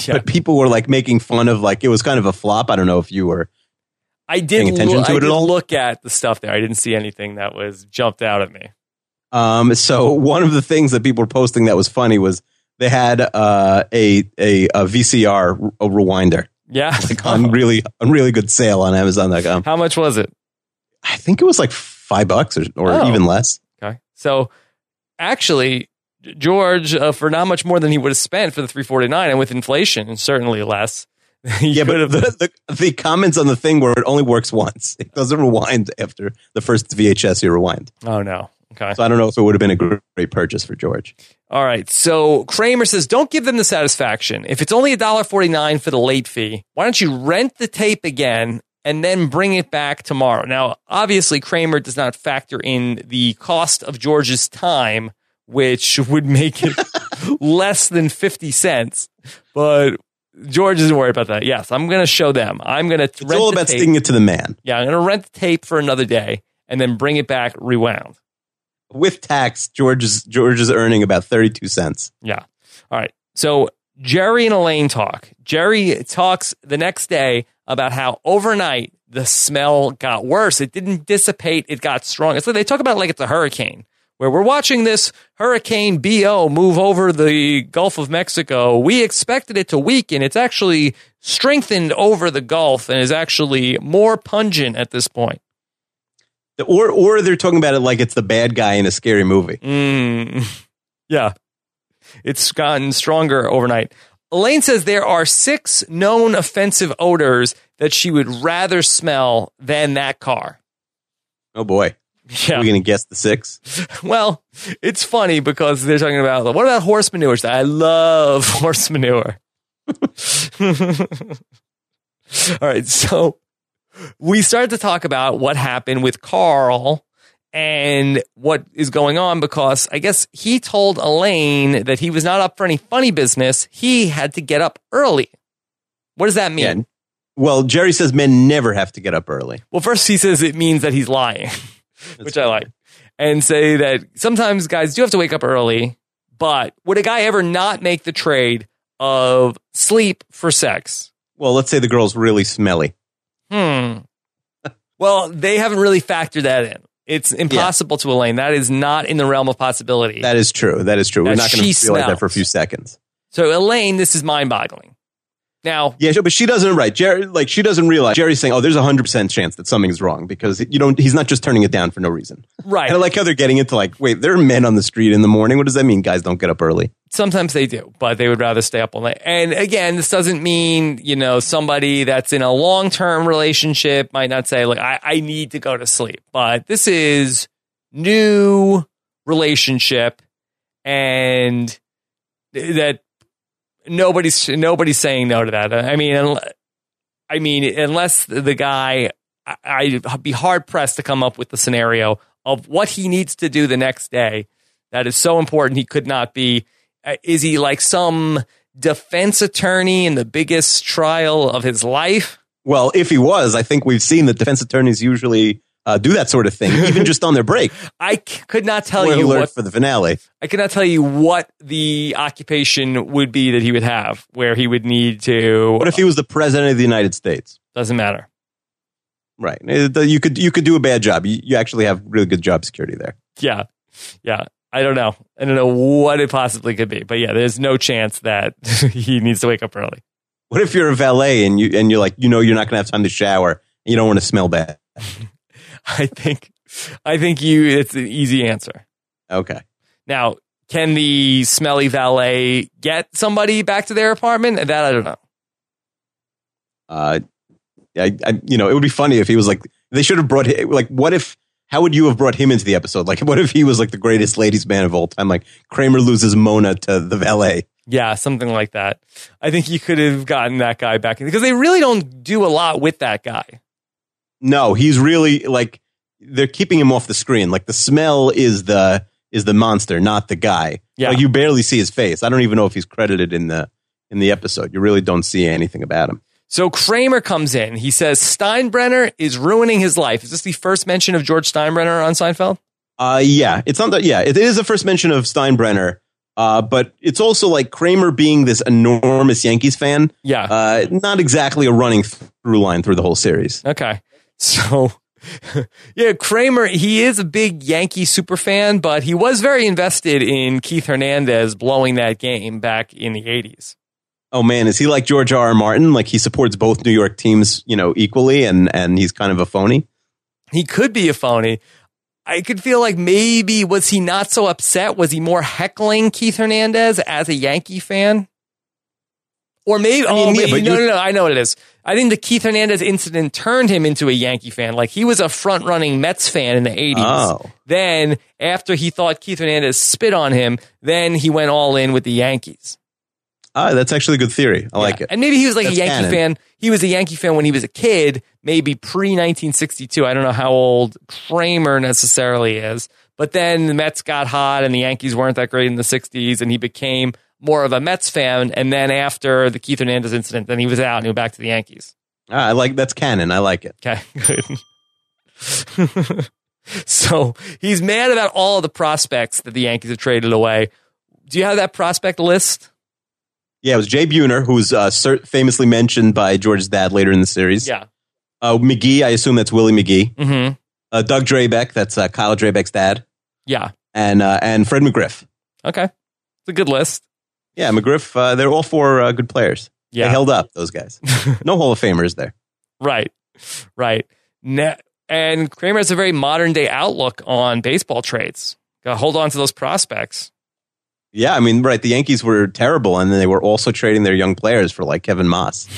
[SPEAKER 1] Yeah.
[SPEAKER 2] but people were like making fun of like it was kind of a flop. I don't know if you were.
[SPEAKER 1] I did,
[SPEAKER 2] paying attention
[SPEAKER 1] loo-
[SPEAKER 2] to
[SPEAKER 1] I
[SPEAKER 2] it at
[SPEAKER 1] did
[SPEAKER 2] all?
[SPEAKER 1] look at the stuff there. I didn't see anything that was jumped out at me.
[SPEAKER 2] Um, so one of the things that people were posting that was funny was they had uh, a, a a VCR a rewinder.
[SPEAKER 1] Yeah.
[SPEAKER 2] like on really on really good sale on Amazon.com.
[SPEAKER 1] How much was it?
[SPEAKER 2] I think it was like five bucks or, or
[SPEAKER 1] Oh.
[SPEAKER 2] even less.
[SPEAKER 1] Okay. So actually, George, uh, for not much more than he would have spent for the 349 and with inflation, and certainly less.
[SPEAKER 2] Yeah, but the, the the comments on the thing were it only works once. It doesn't rewind after the first VHS you rewind.
[SPEAKER 1] Oh, no. Okay.
[SPEAKER 2] So I don't know if it would have been a gr- great purchase for George.
[SPEAKER 1] All right. So Kramer says, don't give them the satisfaction. If it's only $1.49 for the late fee, why don't you rent the tape again and then bring it back tomorrow? Now, obviously, Kramer does not factor in the cost of George's time, which would make it less than 50 cents. But George isn't worried about that. Yes, I'm going to show them. I'm going to rent
[SPEAKER 2] It's all
[SPEAKER 1] the
[SPEAKER 2] about
[SPEAKER 1] tape.
[SPEAKER 2] sticking it to the man
[SPEAKER 1] yeah, I'm going to rent the tape for another day and then bring it back rewound.
[SPEAKER 2] with tax. George is George is earning about thirty two cents.
[SPEAKER 1] Yeah. All right. So Jerry and Elaine talk. Jerry talks the next day about how overnight the smell got worse. It didn't dissipate, it got strong. It's like they talk about it like it's a hurricane, where we're watching this hurricane BO move over the Gulf of Mexico. We expected it to weaken. It's actually strengthened over the Gulf and is actually more pungent at this point.
[SPEAKER 2] Or or they're talking about it like it's the bad guy in a scary movie.
[SPEAKER 1] Mm. Yeah. It's gotten stronger overnight. Elaine says there are six known offensive odors that she would rather smell than that car.
[SPEAKER 2] Oh boy,
[SPEAKER 1] Yeah.
[SPEAKER 2] are we gonna guess the six?
[SPEAKER 1] well, it's funny because they're talking about what about horse manure? She's like, I love horse manure. All right, so we started to talk about what happened with Carl and what is going on because I guess he told Elaine that he was not up for any funny business. He had to get up early. What does that mean?
[SPEAKER 2] Yeah. Well, Jerry says men never have to get up early.
[SPEAKER 1] Well, first he says it means that he's lying, which I
[SPEAKER 2] funny.
[SPEAKER 1] like, and say that sometimes guys do have to wake up early. But would a guy ever not make the trade of sleep for sex?
[SPEAKER 2] Well, let's say the girl's really smelly.
[SPEAKER 1] Hmm. well, they haven't really factored that in. It's impossible to Elaine. That is not in the realm of possibility.
[SPEAKER 2] That is true. That is true. We're
[SPEAKER 1] That
[SPEAKER 2] not going
[SPEAKER 1] she
[SPEAKER 2] to feel like that for a
[SPEAKER 1] smells.
[SPEAKER 2] few seconds.
[SPEAKER 1] so Elaine, this is mind-boggling. Now,
[SPEAKER 2] Yeah, but she doesn't. Right, Jerry. Like she doesn't realize. Jerry's saying, "Oh, there's a hundred percent chance that something's wrong because you don't." He's not just turning it down for no reason.
[SPEAKER 1] right?
[SPEAKER 2] And I like how they're getting into like, wait, there are men on the street in the morning. What does that mean? Guys don't get up early.
[SPEAKER 1] Sometimes they do, but they would rather stay up all night. And again, this doesn't mean, you know, somebody that's in a long term relationship might not say, like, I, I need to go to sleep. But this is new relationship and that nobody's nobody's saying no to that. I mean, unle- I mean, unless the guy, I, I'd be hard pressed to come up with the scenario of what he needs to do the next day that is so important. He could not be. uh, Is he like some defense attorney in the biggest trial of his life?
[SPEAKER 2] Well, if he was, I think we've seen that defense attorneys usually uh, do that sort of thing, even just on their break.
[SPEAKER 1] I c- could not tell
[SPEAKER 2] Spoiler
[SPEAKER 1] you
[SPEAKER 2] alert
[SPEAKER 1] what
[SPEAKER 2] for the finale.
[SPEAKER 1] I cannot tell you what the occupation would be that he would have, where he would need to.
[SPEAKER 2] What if he was the president of the United States?
[SPEAKER 1] Doesn't matter.
[SPEAKER 2] Right. It- You could you could do a bad job. You, you actually have really good job security there.
[SPEAKER 1] Yeah, yeah. I don't know. I don't know what it possibly could be, but yeah, there's no chance that he needs to wake up early.
[SPEAKER 2] What if you're a valet and you and you're like you know you're not going to have time to shower and you don't want to smell bad?
[SPEAKER 1] I think, I think you. It's an easy answer.
[SPEAKER 2] Okay.
[SPEAKER 1] Now, can the smelly valet get somebody back to their apartment? That I don't know.
[SPEAKER 2] Uh, I, I you know it would be funny if he was like they should have brought hi- like what if how would you have brought him into the episode? Like what if he was like the greatest ladies man of all time? Like Kramer loses Mona to the valet.
[SPEAKER 1] Yeah, something like that. I think you could have gotten that guy back in because they really don't do a lot with that guy.
[SPEAKER 2] No, he's really like they're keeping him off the screen. Like the smell is the is the monster, not the guy.
[SPEAKER 1] Yeah.
[SPEAKER 2] Like you barely see his face. I don't even know if he's credited in the in the episode. You really don't see anything about him.
[SPEAKER 1] So Kramer comes in. He says Steinbrenner is ruining his life. Is this the first mention of George Steinbrenner on Seinfeld?
[SPEAKER 2] Uh yeah, it's not that yeah, it is the first mention of Steinbrenner. Uh, but it's also like Kramer being this enormous Yankees fan.
[SPEAKER 1] Yeah.
[SPEAKER 2] Uh, not exactly a running through line through the whole series.
[SPEAKER 1] okay. So yeah, Kramer, he is a big Yankee super fan, but he was very invested in Keith Hernandez blowing that game back in the 80s.
[SPEAKER 2] Oh man, is he like George R. R. Martin? Like he supports both New York teams, you know, equally, and and he's kind of a phony.
[SPEAKER 1] He could be a phony. I could feel like maybe was he not so upset? Was he more heckling Keith Hernandez as a Yankee fan? Or maybe,
[SPEAKER 2] mean,
[SPEAKER 1] oh,
[SPEAKER 2] yeah,
[SPEAKER 1] maybe
[SPEAKER 2] but
[SPEAKER 1] no,
[SPEAKER 2] you-
[SPEAKER 1] no, no. I know what it is. I think the Keith Hernandez incident turned him into a Yankee fan. Like he was a front running Mets fan in the 80s.
[SPEAKER 2] Oh.
[SPEAKER 1] Then, after he thought Keith Hernandez spit on him, then he went all in with the Yankees.
[SPEAKER 2] Ah, that's actually a good theory. I like
[SPEAKER 1] Yeah.
[SPEAKER 2] it.
[SPEAKER 1] And maybe he was like
[SPEAKER 2] That's
[SPEAKER 1] a Yankee
[SPEAKER 2] canon.
[SPEAKER 1] fan. He was a Yankee fan when he was a kid, maybe pre 1962. I don't know how old Kramer necessarily is. But then the Mets got hot and the Yankees weren't that great in the 60s, and he became more of a Mets fan. And then after the Keith Hernandez incident, then he was out and he went back to the Yankees.
[SPEAKER 2] Ah, I like that's canon. I like it.
[SPEAKER 1] Okay, good. so he's mad about all the prospects that the Yankees have traded away. Do you have that prospect list?
[SPEAKER 2] Yeah, it was Jay Buhner, who's uh, cer- famously mentioned by George's dad later in the series.
[SPEAKER 1] Yeah.
[SPEAKER 2] Uh, McGee, I assume that's Willie McGee.
[SPEAKER 1] Mm-hmm.
[SPEAKER 2] Uh, Doug Drabeck, that's uh, Kyle Drabeck's dad,
[SPEAKER 1] Yeah.
[SPEAKER 2] and uh, and Fred McGriff.
[SPEAKER 1] Okay. It's a good list.
[SPEAKER 2] Yeah, McGriff. Uh, they're all four uh, good players.
[SPEAKER 1] Yeah.
[SPEAKER 2] They held up those guys. no Hall of Famers there.
[SPEAKER 1] Right. Right. Ne- and Kramer has a very modern day outlook on baseball trades. Gotta hold on to those prospects.
[SPEAKER 2] Yeah, I mean, right. The Yankees were terrible, and they were also trading their young players for like Kevin Moss.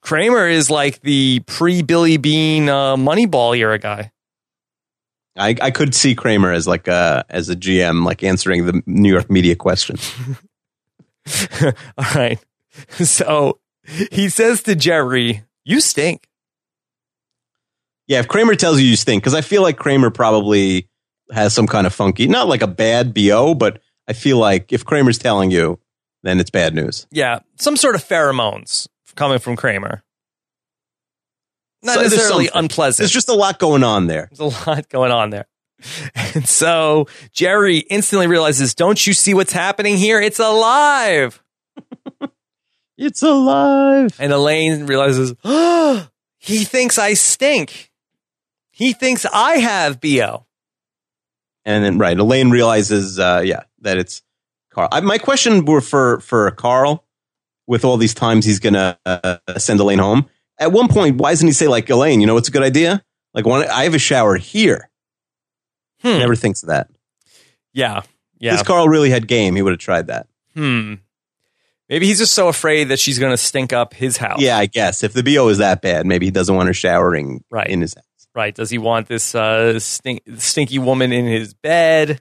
[SPEAKER 1] Kramer is like the pre Billy Bean uh, Moneyball era guy.
[SPEAKER 2] I, I could see Kramer as like a as a GM, like answering the New York media question.
[SPEAKER 1] All right. So he says to Jerry, You stink.
[SPEAKER 2] Yeah, if Kramer tells you you stink, because I feel like Kramer probably has some kind of funky, not like a bad BO, but I feel like if Kramer's telling you, then it's bad news.
[SPEAKER 1] Yeah. Some sort of pheromones coming from Kramer. Not
[SPEAKER 2] So there's
[SPEAKER 1] necessarily
[SPEAKER 2] something.
[SPEAKER 1] unpleasant.
[SPEAKER 2] There's just a lot going on there.
[SPEAKER 1] There's a lot going on there. And so Jerry instantly realizes, don't you see what's happening here? It's alive.
[SPEAKER 2] It's alive.
[SPEAKER 1] And Elaine realizes, oh, he thinks I stink. He thinks I have BO.
[SPEAKER 2] And then, right, Elaine realizes, uh, yeah, that it's Carl. I, my question were for, for Carl, with all these times he's going to uh, send Elaine home. At one point, why doesn't he say, like, Elaine, you know what's a good idea? Like, why, don't- I have a shower here.
[SPEAKER 1] Hmm.
[SPEAKER 2] Never thinks of that.
[SPEAKER 1] Yeah. Yeah.
[SPEAKER 2] If Carl really had game, he would have tried that.
[SPEAKER 1] Hmm. Maybe he's just so afraid that she's going to stink up his house.
[SPEAKER 2] Yeah, I guess if the bo is that bad, maybe he doesn't want her showering
[SPEAKER 1] Right.
[SPEAKER 2] in his.
[SPEAKER 1] Right. Does he want this uh, stink, stinky woman in his bed?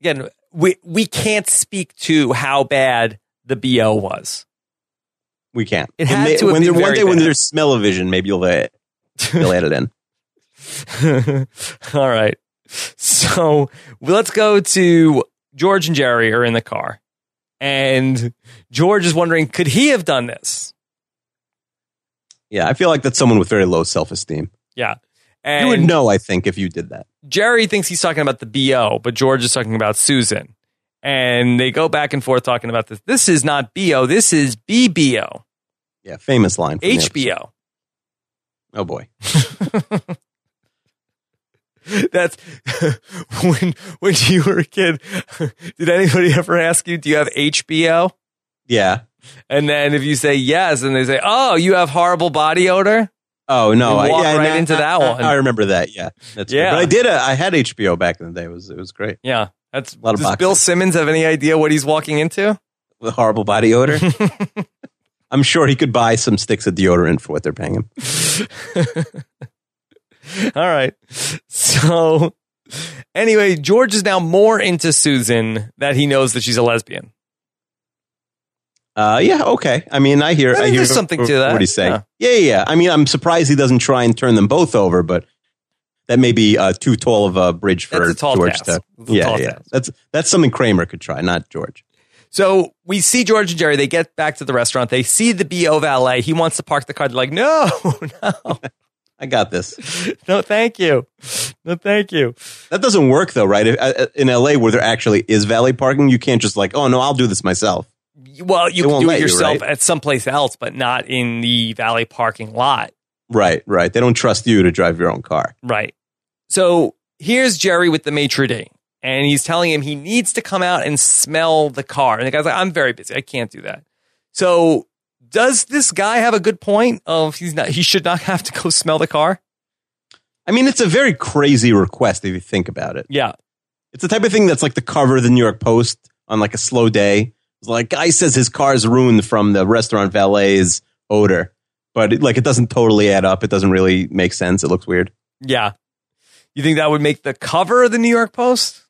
[SPEAKER 1] Again, we we can't speak to how bad the BO was.
[SPEAKER 2] We can't.
[SPEAKER 1] It
[SPEAKER 2] And
[SPEAKER 1] had
[SPEAKER 2] may-
[SPEAKER 1] to have
[SPEAKER 2] when
[SPEAKER 1] been
[SPEAKER 2] there- one
[SPEAKER 1] very
[SPEAKER 2] day when
[SPEAKER 1] bad.
[SPEAKER 2] there's smell of vision, maybe you'll add, you'll add it in.
[SPEAKER 1] All right. So let's go to George and Jerry are in the car. And George is wondering, could he have done this?
[SPEAKER 2] Yeah, I feel like that's someone with very low self esteem.
[SPEAKER 1] And
[SPEAKER 2] You would know, I think, if you did that.
[SPEAKER 1] Jerry thinks he's talking about the BO, but George is talking about Susan. And they go back and forth talking about this. This is not BO, this is BBO,
[SPEAKER 2] Yeah, famous line. from the episode.
[SPEAKER 1] HBO.
[SPEAKER 2] Oh boy.
[SPEAKER 1] That's when when you were a kid, did anybody ever ask you, do you have HBO?
[SPEAKER 2] Yeah.
[SPEAKER 1] And then if you say yes, and they say, "Oh, you have horrible body odor."
[SPEAKER 2] Oh no.
[SPEAKER 1] You
[SPEAKER 2] I,
[SPEAKER 1] walk
[SPEAKER 2] yeah,
[SPEAKER 1] right
[SPEAKER 2] no,
[SPEAKER 1] into
[SPEAKER 2] I-
[SPEAKER 1] that
[SPEAKER 2] I-
[SPEAKER 1] one.
[SPEAKER 2] I, remember that. Yeah. That's
[SPEAKER 1] Yeah.
[SPEAKER 2] yeah. But I did. A, I had HBO back in the day. It was it was great.
[SPEAKER 1] Yeah, that's.
[SPEAKER 2] lot of
[SPEAKER 1] does
[SPEAKER 2] boxes.
[SPEAKER 1] Bill Simmons have any idea what he's walking into?
[SPEAKER 2] With horrible body odor. I'm sure he could buy some sticks of deodorant for what they're paying him.
[SPEAKER 1] All right. So, anyway, George is now more into Susan that he knows that she's a lesbian.
[SPEAKER 2] Uh, yeah, okay. I mean, I
[SPEAKER 1] I
[SPEAKER 2] hear, I,
[SPEAKER 1] think
[SPEAKER 2] hear
[SPEAKER 1] there's something to that.
[SPEAKER 2] What he's saying.
[SPEAKER 1] Yeah.
[SPEAKER 2] Yeah. yeah, yeah. I mean, I'm surprised he doesn't try and turn them both over, but that may be uh, too tall of a bridge for
[SPEAKER 1] That's a tall
[SPEAKER 2] George
[SPEAKER 1] task.
[SPEAKER 2] to.
[SPEAKER 1] That's a
[SPEAKER 2] Yeah,
[SPEAKER 1] tall
[SPEAKER 2] yeah.
[SPEAKER 1] task.
[SPEAKER 2] That's that's something Kramer could try, not George.
[SPEAKER 1] So we see George and Jerry. They get back to the restaurant. They see the bo valet. He wants to park the car. They're like, "No, no,
[SPEAKER 2] I got this.
[SPEAKER 1] no, thank you, no, thank you."
[SPEAKER 2] That doesn't work though, right? If, uh, in L.A., where there actually is valet parking, you can't just like, oh no, I'll do this myself.
[SPEAKER 1] Well, you
[SPEAKER 2] They
[SPEAKER 1] can
[SPEAKER 2] won't
[SPEAKER 1] do it
[SPEAKER 2] let you,
[SPEAKER 1] yourself
[SPEAKER 2] right?
[SPEAKER 1] at someplace else, but not in the valet parking lot,
[SPEAKER 2] Right, right. They don't trust you to drive your own car.
[SPEAKER 1] right? So here's Jerry with the maitre d', and he's telling him he needs to come out and smell the car. And the guy's like, "I'm very busy. I can't do that." So does this guy have a good point? Of he's not. He should not have to go smell the car.
[SPEAKER 2] I mean, it's a very crazy request if you think about it.
[SPEAKER 1] Yeah,
[SPEAKER 2] It's the type of thing that's like the cover of the New York Post on like a slow day. It's like guy says his car's ruined from the restaurant valet's odor, but it, like it doesn't totally add up. It doesn't really make sense. It looks weird.
[SPEAKER 1] yeah. You think that would make the cover of the New York Post?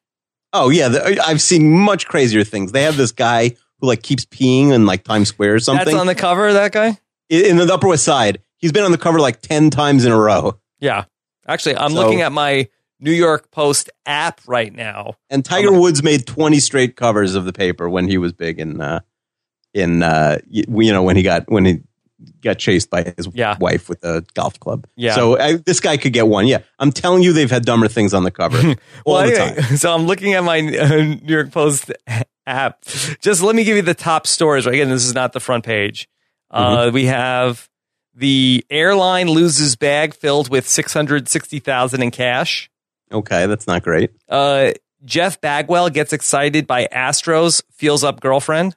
[SPEAKER 2] Oh yeah, the, I've seen much crazier things. They have this guy who like keeps peeing in like Times Square or something
[SPEAKER 1] That's on the cover. That guy.
[SPEAKER 2] in, in the Upper West Side. He's been on the cover like ten times in a row.
[SPEAKER 1] Yeah. Actually, I'm
[SPEAKER 2] So-
[SPEAKER 1] looking at my New York Post app right now.
[SPEAKER 2] And Tiger Woods made twenty straight covers of the paper when he was big in uh, in uh, y- you know when he got when he got chased by his
[SPEAKER 1] Yeah.
[SPEAKER 2] wife with a golf club.
[SPEAKER 1] Yeah.
[SPEAKER 2] So I, this guy could get one. Yeah. I'm telling you, they've had dumber things on the cover all
[SPEAKER 1] Well,
[SPEAKER 2] the
[SPEAKER 1] anyway,
[SPEAKER 2] time.
[SPEAKER 1] So I'm looking at my uh, New York Post app. Just let me give you the top stories. Again, this is not the front page. Uh,
[SPEAKER 2] Mm-hmm.
[SPEAKER 1] we have the airline loses bag filled with 660,000 in cash.
[SPEAKER 2] Okay, that's not great.
[SPEAKER 1] Uh, Jeff Bagwell gets excited by Astros, feels up girlfriend.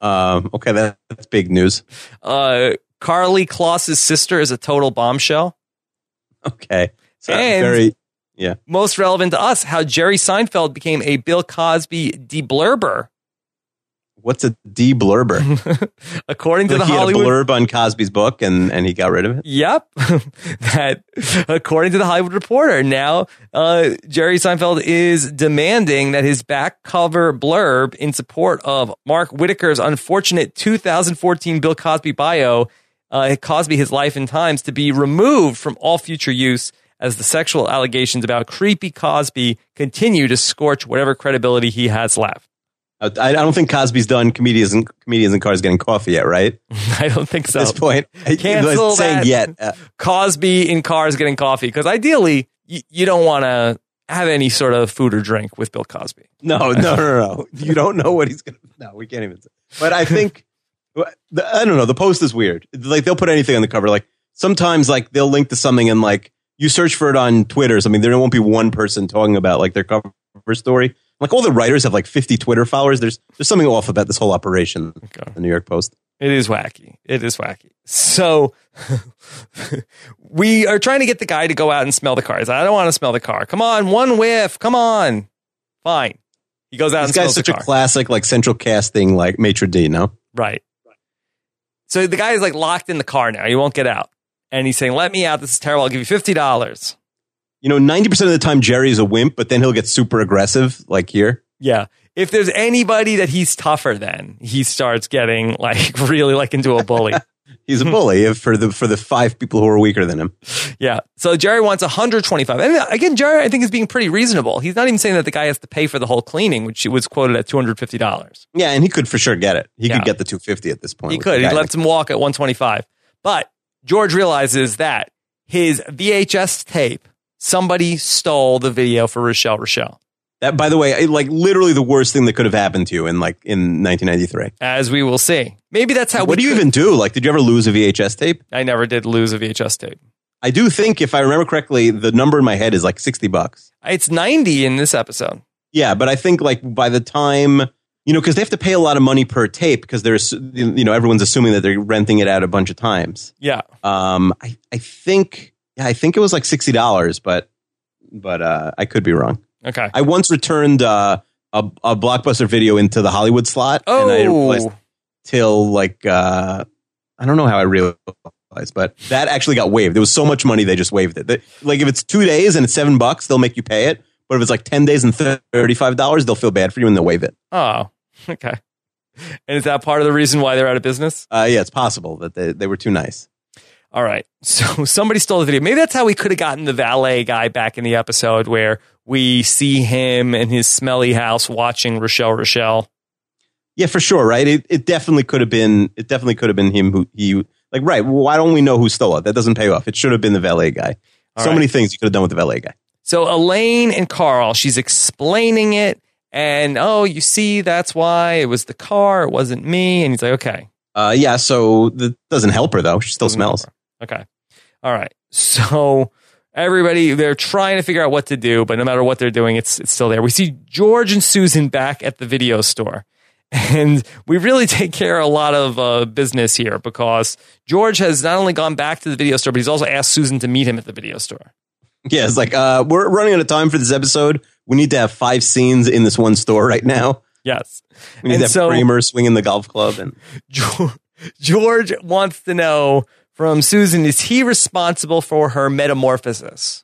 [SPEAKER 2] Um, okay, that, that's big news.
[SPEAKER 1] Uh, Carly Kloss's sister is a total bombshell.
[SPEAKER 2] Okay, so
[SPEAKER 1] And-
[SPEAKER 2] very
[SPEAKER 1] Most relevant to us, how Jerry Seinfeld became a Bill Cosby deblurber,
[SPEAKER 2] what's a D blurber?
[SPEAKER 1] according to the
[SPEAKER 2] Like he had a
[SPEAKER 1] Hollywood
[SPEAKER 2] blurb on Cosby's book, and and he got rid of it.
[SPEAKER 1] Yep. that, according to the Hollywood Reporter, now uh, Jerry Seinfeld is demanding that his back cover blurb in support of Mark Whitaker's unfortunate 2014 Bill Cosby bio, uh, Cosby, His Life and Times, to be removed from all future use as the sexual allegations about creepy Cosby continue to scorch whatever credibility he has left.
[SPEAKER 2] I, I don't think Cosby's done comedians and comedians and cars getting coffee yet, right?
[SPEAKER 1] I don't think so.
[SPEAKER 2] At this point, I-
[SPEAKER 1] Cancel
[SPEAKER 2] I'm saying
[SPEAKER 1] that.
[SPEAKER 2] yet. Uh,
[SPEAKER 1] Cosby in cars getting coffee because ideally you, you don't want to have any sort of food or drink with Bill Cosby.
[SPEAKER 2] No, no, no, no. You don't know what he's gonna. No, we can't even. Say. But I think I don't know. The post is weird. Like they'll put anything on the cover. Like sometimes, like they'll link to something and like you search for it on Twitter. or something. there won't be one person talking about like their cover story. Like all the writers have like fifty Twitter followers. There's there's something off about this whole operation.
[SPEAKER 1] Okay.
[SPEAKER 2] The New York Post.
[SPEAKER 1] It is wacky. It is wacky. So we are trying to get the guy to go out and smell the car. He's like, I don't want to smell the car. Come on, one whiff. Come on. Fine. He goes out
[SPEAKER 2] This
[SPEAKER 1] and
[SPEAKER 2] guy's
[SPEAKER 1] smells
[SPEAKER 2] such
[SPEAKER 1] the
[SPEAKER 2] a
[SPEAKER 1] car.
[SPEAKER 2] classic like central casting like maitre d. No,
[SPEAKER 1] Right. So the guy is like locked in the car now. He won't get out. And he's saying, Let me out. This is terrible. I'll give you fifty dollars.
[SPEAKER 2] you know ninety percent of the time Jerry's a wimp, but then he'll get super aggressive. Like here,
[SPEAKER 1] Yeah. if there's anybody that he's tougher than, he starts getting like really like into a bully.
[SPEAKER 2] He's
[SPEAKER 1] Hmm.
[SPEAKER 2] a bully if- for the for the five people who are weaker than him.
[SPEAKER 1] yeah. So Jerry wants 125. And uh, again, Jerry, I think, is being pretty reasonable. He's not even saying that the guy has to pay for the whole cleaning, which was quoted at $250.
[SPEAKER 2] Yeah, and he could for sure get it. He
[SPEAKER 1] Yeah.
[SPEAKER 2] could get the 250 at this point.
[SPEAKER 1] He
[SPEAKER 2] with the
[SPEAKER 1] could. He
[SPEAKER 2] guy.
[SPEAKER 1] lets him walk at 125. But George realizes that his VHS tape, somebody stole the video for Rochelle Rochelle.
[SPEAKER 2] that, by the way, I- like literally the worst thing that could have happened to you in like in 1993.
[SPEAKER 1] as we will see. Maybe that's how. we
[SPEAKER 2] What do you
[SPEAKER 1] could-
[SPEAKER 2] even do? Like, did you ever lose a VHS tape?
[SPEAKER 1] I never did lose a VHS tape.
[SPEAKER 2] I do think, if I remember correctly, the number in my head is like 60 bucks.
[SPEAKER 1] It's ninety in this episode.
[SPEAKER 2] Yeah, but I think like by the time you know, because they have to pay a lot of money per tape because there's you know everyone's assuming that they're renting it out a bunch of times.
[SPEAKER 1] Yeah,
[SPEAKER 2] Um, I I think yeah, I think it was like sixty dollars, but but uh, I could be wrong.
[SPEAKER 1] okay.
[SPEAKER 2] I once returned uh, a a blockbuster video into the Hollywood slot, and I didn't realize
[SPEAKER 1] Oh,
[SPEAKER 2] till like uh, I don't know how I realized, but that actually got waived. There was so much money they just waived it. They, like if it's two days and it's seven bucks, they'll make you pay it. But if it's like ten days and thirty five dollars, they'll feel bad for you and they'll waive it.
[SPEAKER 1] oh, okay. And is that part of the reason why they're out of business?
[SPEAKER 2] Uh, yeah, it's possible that they, they were too nice.
[SPEAKER 1] All right. So somebody stole the video. Maybe that's how we could have gotten the valet guy back in the episode where we see him in his smelly house watching Rochelle Rochelle.
[SPEAKER 2] Yeah, for sure, right? It, it definitely could have been. It definitely could have been him who he like. Right? Why don't we know who stole it? That doesn't pay off. It should have been the valet guy.
[SPEAKER 1] All
[SPEAKER 2] so
[SPEAKER 1] right.
[SPEAKER 2] many things you could have done with the valet guy.
[SPEAKER 1] So Elaine and Carl, she's explaining it, and oh, you see, that's why it was the car, it wasn't me. And he's like, okay,
[SPEAKER 2] Uh, yeah, so that doesn't help her though. She still
[SPEAKER 1] Doesn't
[SPEAKER 2] smells.
[SPEAKER 1] Okay. All right. So everybody, they're trying to figure out what to do, but no matter what they're doing, it's it's still there. We see George and Susan back at the video store. And we really take care of a lot of uh, business here because George has not only gone back to the video store, but he's also asked Susan to meet him at the video store.
[SPEAKER 2] Yeah, it's like uh, we're running out of time for this episode. We need to have five scenes in this one store right now.
[SPEAKER 1] Yes.
[SPEAKER 2] We need
[SPEAKER 1] And
[SPEAKER 2] to have
[SPEAKER 1] so-
[SPEAKER 2] Kramer swinging the golf club, and
[SPEAKER 1] Geor- George wants to know from Susan is he responsible for her metamorphosis?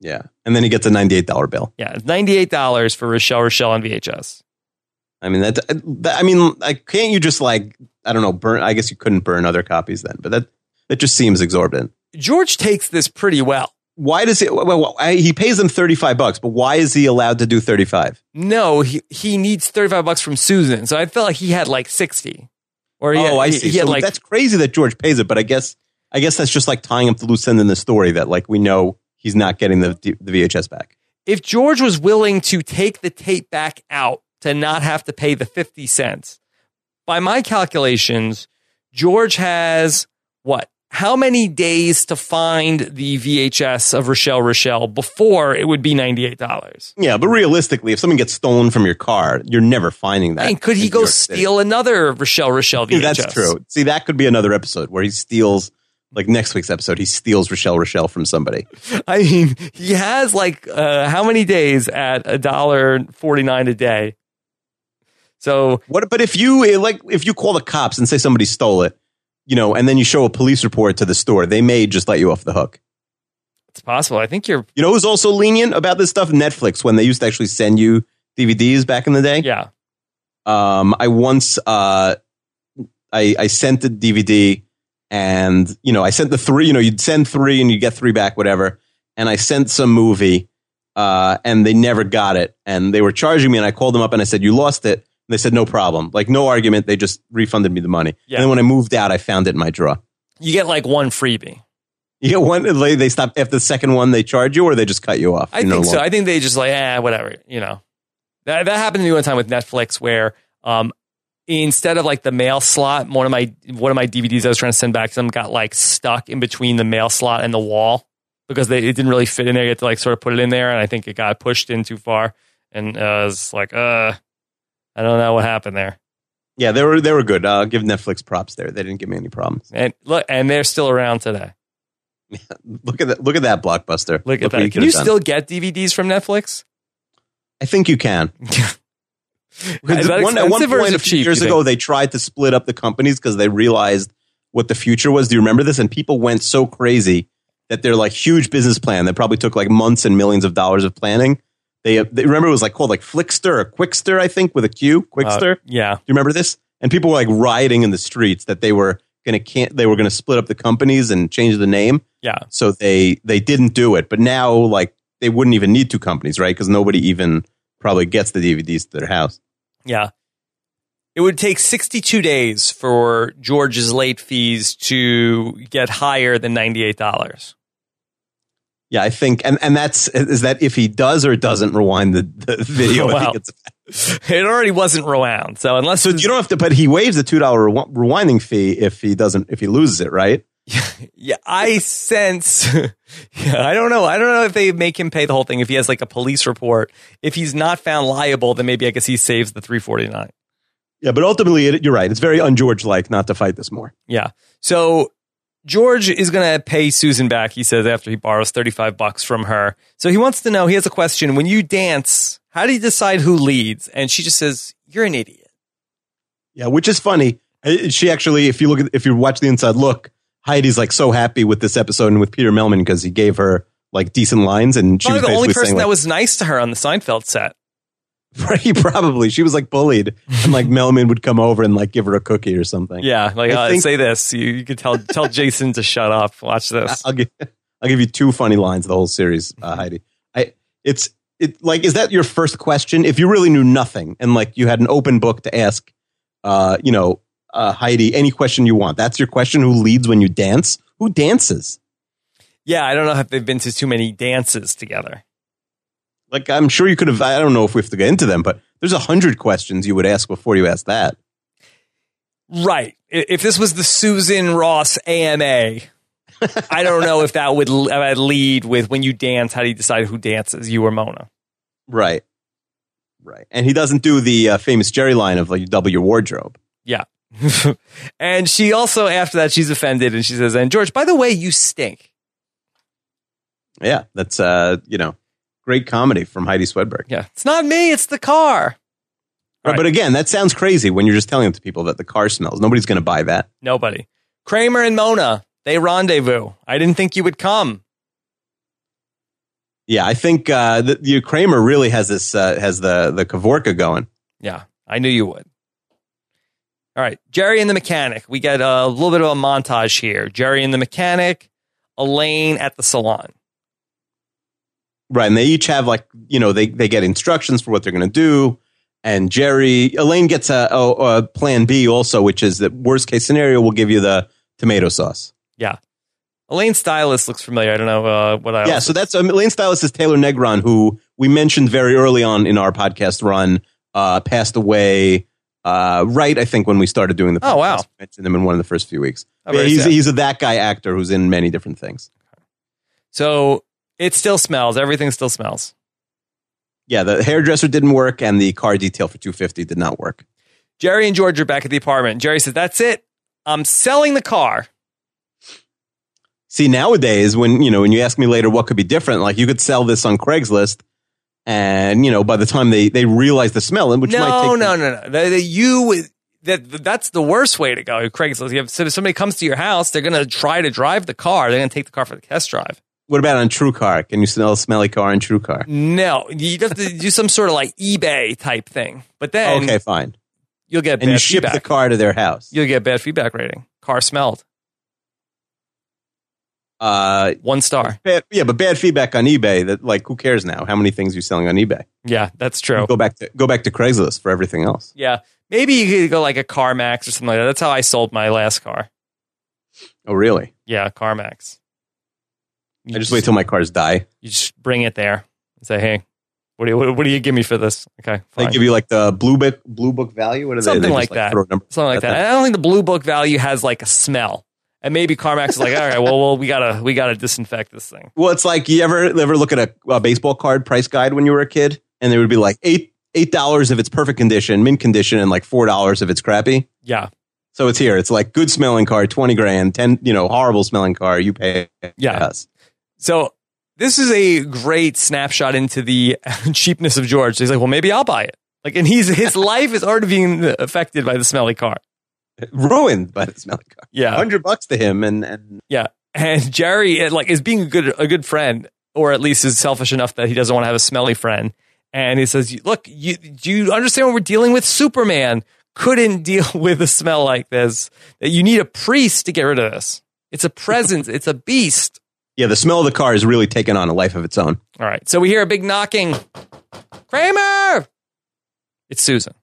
[SPEAKER 2] yeah, and then he gets a ninety-eight dollar bill.
[SPEAKER 1] Yeah, it's $98 for Rochelle Rochelle on VHS.
[SPEAKER 2] I mean that, that. I mean, like, can't you just like I don't know burn? I guess you couldn't burn other copies then, but that that just seems exorbitant.
[SPEAKER 1] George takes this pretty well.
[SPEAKER 2] Why does he? Well, well, I, he pays them thirty-five bucks, but why is he allowed to do thirty-five?
[SPEAKER 1] No, he, he needs 35 bucks from Susan. So I felt like he had like 60. Or he had,
[SPEAKER 2] oh, I
[SPEAKER 1] he-
[SPEAKER 2] see.
[SPEAKER 1] He had
[SPEAKER 2] so
[SPEAKER 1] like,
[SPEAKER 2] that's crazy that George pays it, but I guess I guess that's just like tying up the loose end in the story that like we know he's not getting the the VHS back.
[SPEAKER 1] if George was willing to take the tape back out to not have to pay the 50 cents, by my calculations, George has what? How many days to find the VHS of Rochelle Rochelle before it would be $98?
[SPEAKER 2] Yeah, but realistically, if something gets stolen from your car, you're never finding that.
[SPEAKER 1] And could he
[SPEAKER 2] in New
[SPEAKER 1] go
[SPEAKER 2] York City.
[SPEAKER 1] steal another Rochelle Rochelle
[SPEAKER 2] See,
[SPEAKER 1] VHS?
[SPEAKER 2] That's true. See, that could be another episode where he steals, like next week's episode, he steals Rochelle Rochelle from somebody.
[SPEAKER 1] I mean, he has like uh, how many days at a dollar forty nine a day? So
[SPEAKER 2] What? But if you eh, like, if you call the cops and say somebody stole it, you know, and then you show a police report to the store, they may just let you off the hook.
[SPEAKER 1] it's possible. I think you're
[SPEAKER 2] You know who's also lenient about this stuff? Netflix, when they used to actually send you DVDs back in the day.
[SPEAKER 1] yeah.
[SPEAKER 2] um, I once uh, I, I sent the DVD and you know I sent the three you know you'd send three and you get three back whatever and I sent some movie uh, and they never got it and they were charging me and I called them up and I said you lost it and they said no problem like no argument they just refunded me the money
[SPEAKER 1] Yeah.
[SPEAKER 2] and then when I moved out I found it in my drawer
[SPEAKER 1] You get like one freebie.
[SPEAKER 2] you get one they they stop after the second one they charge you or they just cut you off
[SPEAKER 1] I
[SPEAKER 2] You're no
[SPEAKER 1] think so.
[SPEAKER 2] longer-
[SPEAKER 1] I think they just like ah whatever you know. That that happened to me one time with Netflix where um instead of like the mail slot, one of my one of my DVDs I was trying to send back to them got like stuck in between the mail slot and the wall because they, it didn't really fit in there. You had to like sort of put it in there, and I think it got pushed in too far, and uh, I was like uh. I don't know what happened there.
[SPEAKER 2] yeah they were they were good uh, give Netflix props there they didn't give me any problems
[SPEAKER 1] And look, and they're still around today.
[SPEAKER 2] look at that look at that blockbuster
[SPEAKER 1] Look, at
[SPEAKER 2] what
[SPEAKER 1] that. Can
[SPEAKER 2] could've
[SPEAKER 1] you
[SPEAKER 2] done.
[SPEAKER 1] still get DVDs from Netflix?
[SPEAKER 2] I think you can.
[SPEAKER 1] Is that
[SPEAKER 2] One- at one
[SPEAKER 1] expensive or is
[SPEAKER 2] point
[SPEAKER 1] it
[SPEAKER 2] a few
[SPEAKER 1] cheap,
[SPEAKER 2] years
[SPEAKER 1] you
[SPEAKER 2] ago, they tried to split up the companies because they realized what the future was. Do you remember this? And people went so crazy that their like huge business plan that probably took like months and millions of dollars of planning. They, they remember it was like called like Flickster or Quickster, I think, with a Q,
[SPEAKER 1] Uh,
[SPEAKER 2] Quickster. Do
[SPEAKER 1] Yeah.
[SPEAKER 2] you remember this? And people were like rioting in the streets that they were gonna can't they were gonna split up the companies and change the name.
[SPEAKER 1] Yeah.
[SPEAKER 2] So they they didn't do it, but now like they wouldn't even need two companies, right? Because nobody even probably gets the DVDs to their house.
[SPEAKER 1] Yeah. It would take 62 days for George's late fees to get higher than $98.
[SPEAKER 2] Yeah, I think, and and that's is that if he does or doesn't rewind the, the video. I
[SPEAKER 1] Wow.
[SPEAKER 2] think it's,
[SPEAKER 1] It already wasn't round. So unless
[SPEAKER 2] so you don't have to, but he waives the two dollar rewinding fee if he doesn't if he loses it, right?
[SPEAKER 1] Yeah, I sense. yeah, I don't know. I don't know if they make him pay the whole thing. If he has like a police report, if he's not found liable, then maybe I guess he saves the three forty nine.
[SPEAKER 2] Yeah, but ultimately, it, you're right. It's very un-George like not to fight this more.
[SPEAKER 1] Yeah. So George is going to pay Susan back. He says after he borrows thirty five bucks from her. So he wants to know. He has a question. When you dance, how do you decide who leads? And she just says, "You're an idiot."
[SPEAKER 2] Yeah, which is funny. Uh, She actually, if you look, at, if you watch the inside look, Heidi's like so happy with this episode and with Peter Melman because he gave her like decent lines, and she
[SPEAKER 1] Probably
[SPEAKER 2] was
[SPEAKER 1] the
[SPEAKER 2] basically
[SPEAKER 1] only person
[SPEAKER 2] saying,
[SPEAKER 1] that was nice to her on the Seinfeld set.
[SPEAKER 2] like, he probably she was like bullied, and like Melman would come over and like give her a cookie or something.
[SPEAKER 1] Yeah, like
[SPEAKER 2] I
[SPEAKER 1] uh,
[SPEAKER 2] think-
[SPEAKER 1] say this. You, you could tell tell Jason to shut up. Watch this.
[SPEAKER 2] I'll give I'll give you two funny lines of the whole series, uh, Heidi. I it's it like is that your first question? If you really knew nothing and like you had an open book to ask, uh, you know, uh, Heidi, any question you want. That's your question. Who leads when you dance? Who dances?
[SPEAKER 1] Yeah, I don't know if they've been to too many dances together.
[SPEAKER 2] Like I'm sure you could have. I don't know if we have to get into them, but there's a hundred questions you would ask before you ask that.
[SPEAKER 1] Right. I- If this was the Susan Ross AMA, I don't know if that would l- uh, lead with when you dance, how do you decide who dances, you or Mona?
[SPEAKER 2] Right. Right. And he doesn't do the uh, famous Jerry line of like double your wardrobe.
[SPEAKER 1] and she also, after that, she's offended and she says, and George, by the way, you stink.
[SPEAKER 2] Yeah, that's uh, you know, great comedy from Heidi Swedberg.
[SPEAKER 1] Yeah. It's not me, it's the car. Right.
[SPEAKER 2] But again, that sounds crazy when you're just telling it to people that the car smells. Nobody's going to buy that.
[SPEAKER 1] Nobody. Kramer and Mona, they rendezvous. I didn't think you would come.
[SPEAKER 2] Yeah, I think uh, the, the Kramer really has this uh, has the the Kavorka going.
[SPEAKER 1] Yeah, I knew you would. All right, Jerry and the mechanic. We get a little bit of a montage here. Jerry and the mechanic, Elaine at the salon.
[SPEAKER 2] Right, and they each have like you know they they get instructions for what they're going to do. And Jerry Elaine gets a, a, a plan B also, which is that worst case scenario will give you the tomato sauce.
[SPEAKER 1] Elaine's stylist looks familiar. I don't know uh, what I.
[SPEAKER 2] Yeah, so that's um, Elaine Stylist is Taylor Negron, who we mentioned very early on in our podcast run, uh, passed away. Uh, right, I think when we started doing the podcast,
[SPEAKER 1] Oh, wow.
[SPEAKER 2] we mentioned him in one of the first few weeks.
[SPEAKER 1] Oh,
[SPEAKER 2] Yeah,
[SPEAKER 1] very
[SPEAKER 2] he's e-
[SPEAKER 1] sad.
[SPEAKER 2] he's a that guy actor who's in many different things.
[SPEAKER 1] So it still smells. Everything still smells.
[SPEAKER 2] Yeah, the hairdresser didn't work, and the car detail for two fifty did not work.
[SPEAKER 1] Jerry and George are back at the apartment. Jerry says, "That's it. I'm selling the car."
[SPEAKER 2] See, nowadays when you know when you ask me later what could be different, like you could sell this on Craigslist, and you know by the time they they realize the smell, and which might
[SPEAKER 1] no,
[SPEAKER 2] take
[SPEAKER 1] no, no, no, The- the- You that that's the worst way to go. Craigslist. You have, so if somebody comes to your house, they're going to try to drive the car. They're going to take the car for the test drive.
[SPEAKER 2] What about on True Car? Can you smell a smelly car on True Car?
[SPEAKER 1] No, you have to do some sort of like eBay type thing. But then
[SPEAKER 2] Okay, fine.
[SPEAKER 1] you'll get bad
[SPEAKER 2] and you ship
[SPEAKER 1] feedback.
[SPEAKER 2] the car to their house.
[SPEAKER 1] You'll get bad feedback rating. Car smelled
[SPEAKER 2] Uh,
[SPEAKER 1] one star.
[SPEAKER 2] bad, yeah, but bad feedback on eBay. That like, who cares now? How many things you're selling on eBay?
[SPEAKER 1] Yeah, that's true.
[SPEAKER 2] Go back to go back to Craigslist for everything else.
[SPEAKER 1] Yeah, maybe you could go like a CarMax or something like that. That's how I sold my last car.
[SPEAKER 2] Oh, really?
[SPEAKER 1] Yeah, CarMax. You
[SPEAKER 2] I just wait till my cars die.
[SPEAKER 1] you just bring it there and say, "Hey, what do you, what, what do you give me for this?" Okay,
[SPEAKER 2] They
[SPEAKER 1] fine.
[SPEAKER 2] give you like the blue book blue book value. What are they?
[SPEAKER 1] Something
[SPEAKER 2] they
[SPEAKER 1] like
[SPEAKER 2] just,
[SPEAKER 1] that.
[SPEAKER 2] throw a number-
[SPEAKER 1] something like that. And I don't think the blue book value has like a smell. And maybe CarMax is like, "All right, well, well, we gotta we gotta disinfect this thing."
[SPEAKER 2] Well, it's like you ever ever look at a, a baseball card price guide when you were a kid, and there would be like eight eight dollars if it's perfect condition, mint condition, and like four dollars if it's crappy.
[SPEAKER 1] Yeah,
[SPEAKER 2] So it's here. It's like good smelling car, twenty grand, ten. You know, horrible smelling car, you pay
[SPEAKER 1] Yeah.
[SPEAKER 2] us.
[SPEAKER 1] So this is a great snapshot into the cheapness of George. He's like, well, maybe I'll buy it. Like, and he's his life is already being affected by the smelly car.
[SPEAKER 2] Ruined by the smelling car.
[SPEAKER 1] Yeah,
[SPEAKER 2] Hundred bucks to him, and and
[SPEAKER 1] and Jerry eh, like is being a good a good friend, or at least is selfish enough that he doesn't want to have a smelly friend. and he says, "Look, you, do you understand what we're dealing with? Superman couldn't deal with a smell like this. That you need a priest to get rid of this. It's a presence. it's a beast."
[SPEAKER 2] Yeah, the smell of the car is really taken on a life of its own.
[SPEAKER 1] All right, so we hear a big knocking. Kramer, it's Susan.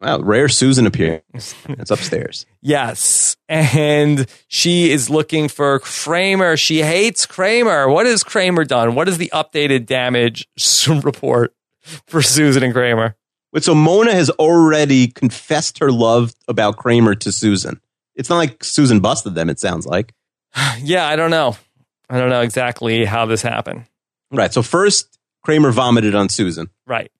[SPEAKER 2] Wow, rare Susan appearance. It's upstairs.
[SPEAKER 1] Yes. And she is looking for Kramer. She hates Kramer. What has Kramer done? What is the updated damage report for Susan and Kramer?
[SPEAKER 2] But so Mona has already confessed her love about Kramer to Susan. It's not like Susan busted them, it sounds like.
[SPEAKER 1] Yeah, I don't know. I don't know exactly how this happened.
[SPEAKER 2] Right. So first, Kramer vomited on Susan.
[SPEAKER 1] Right.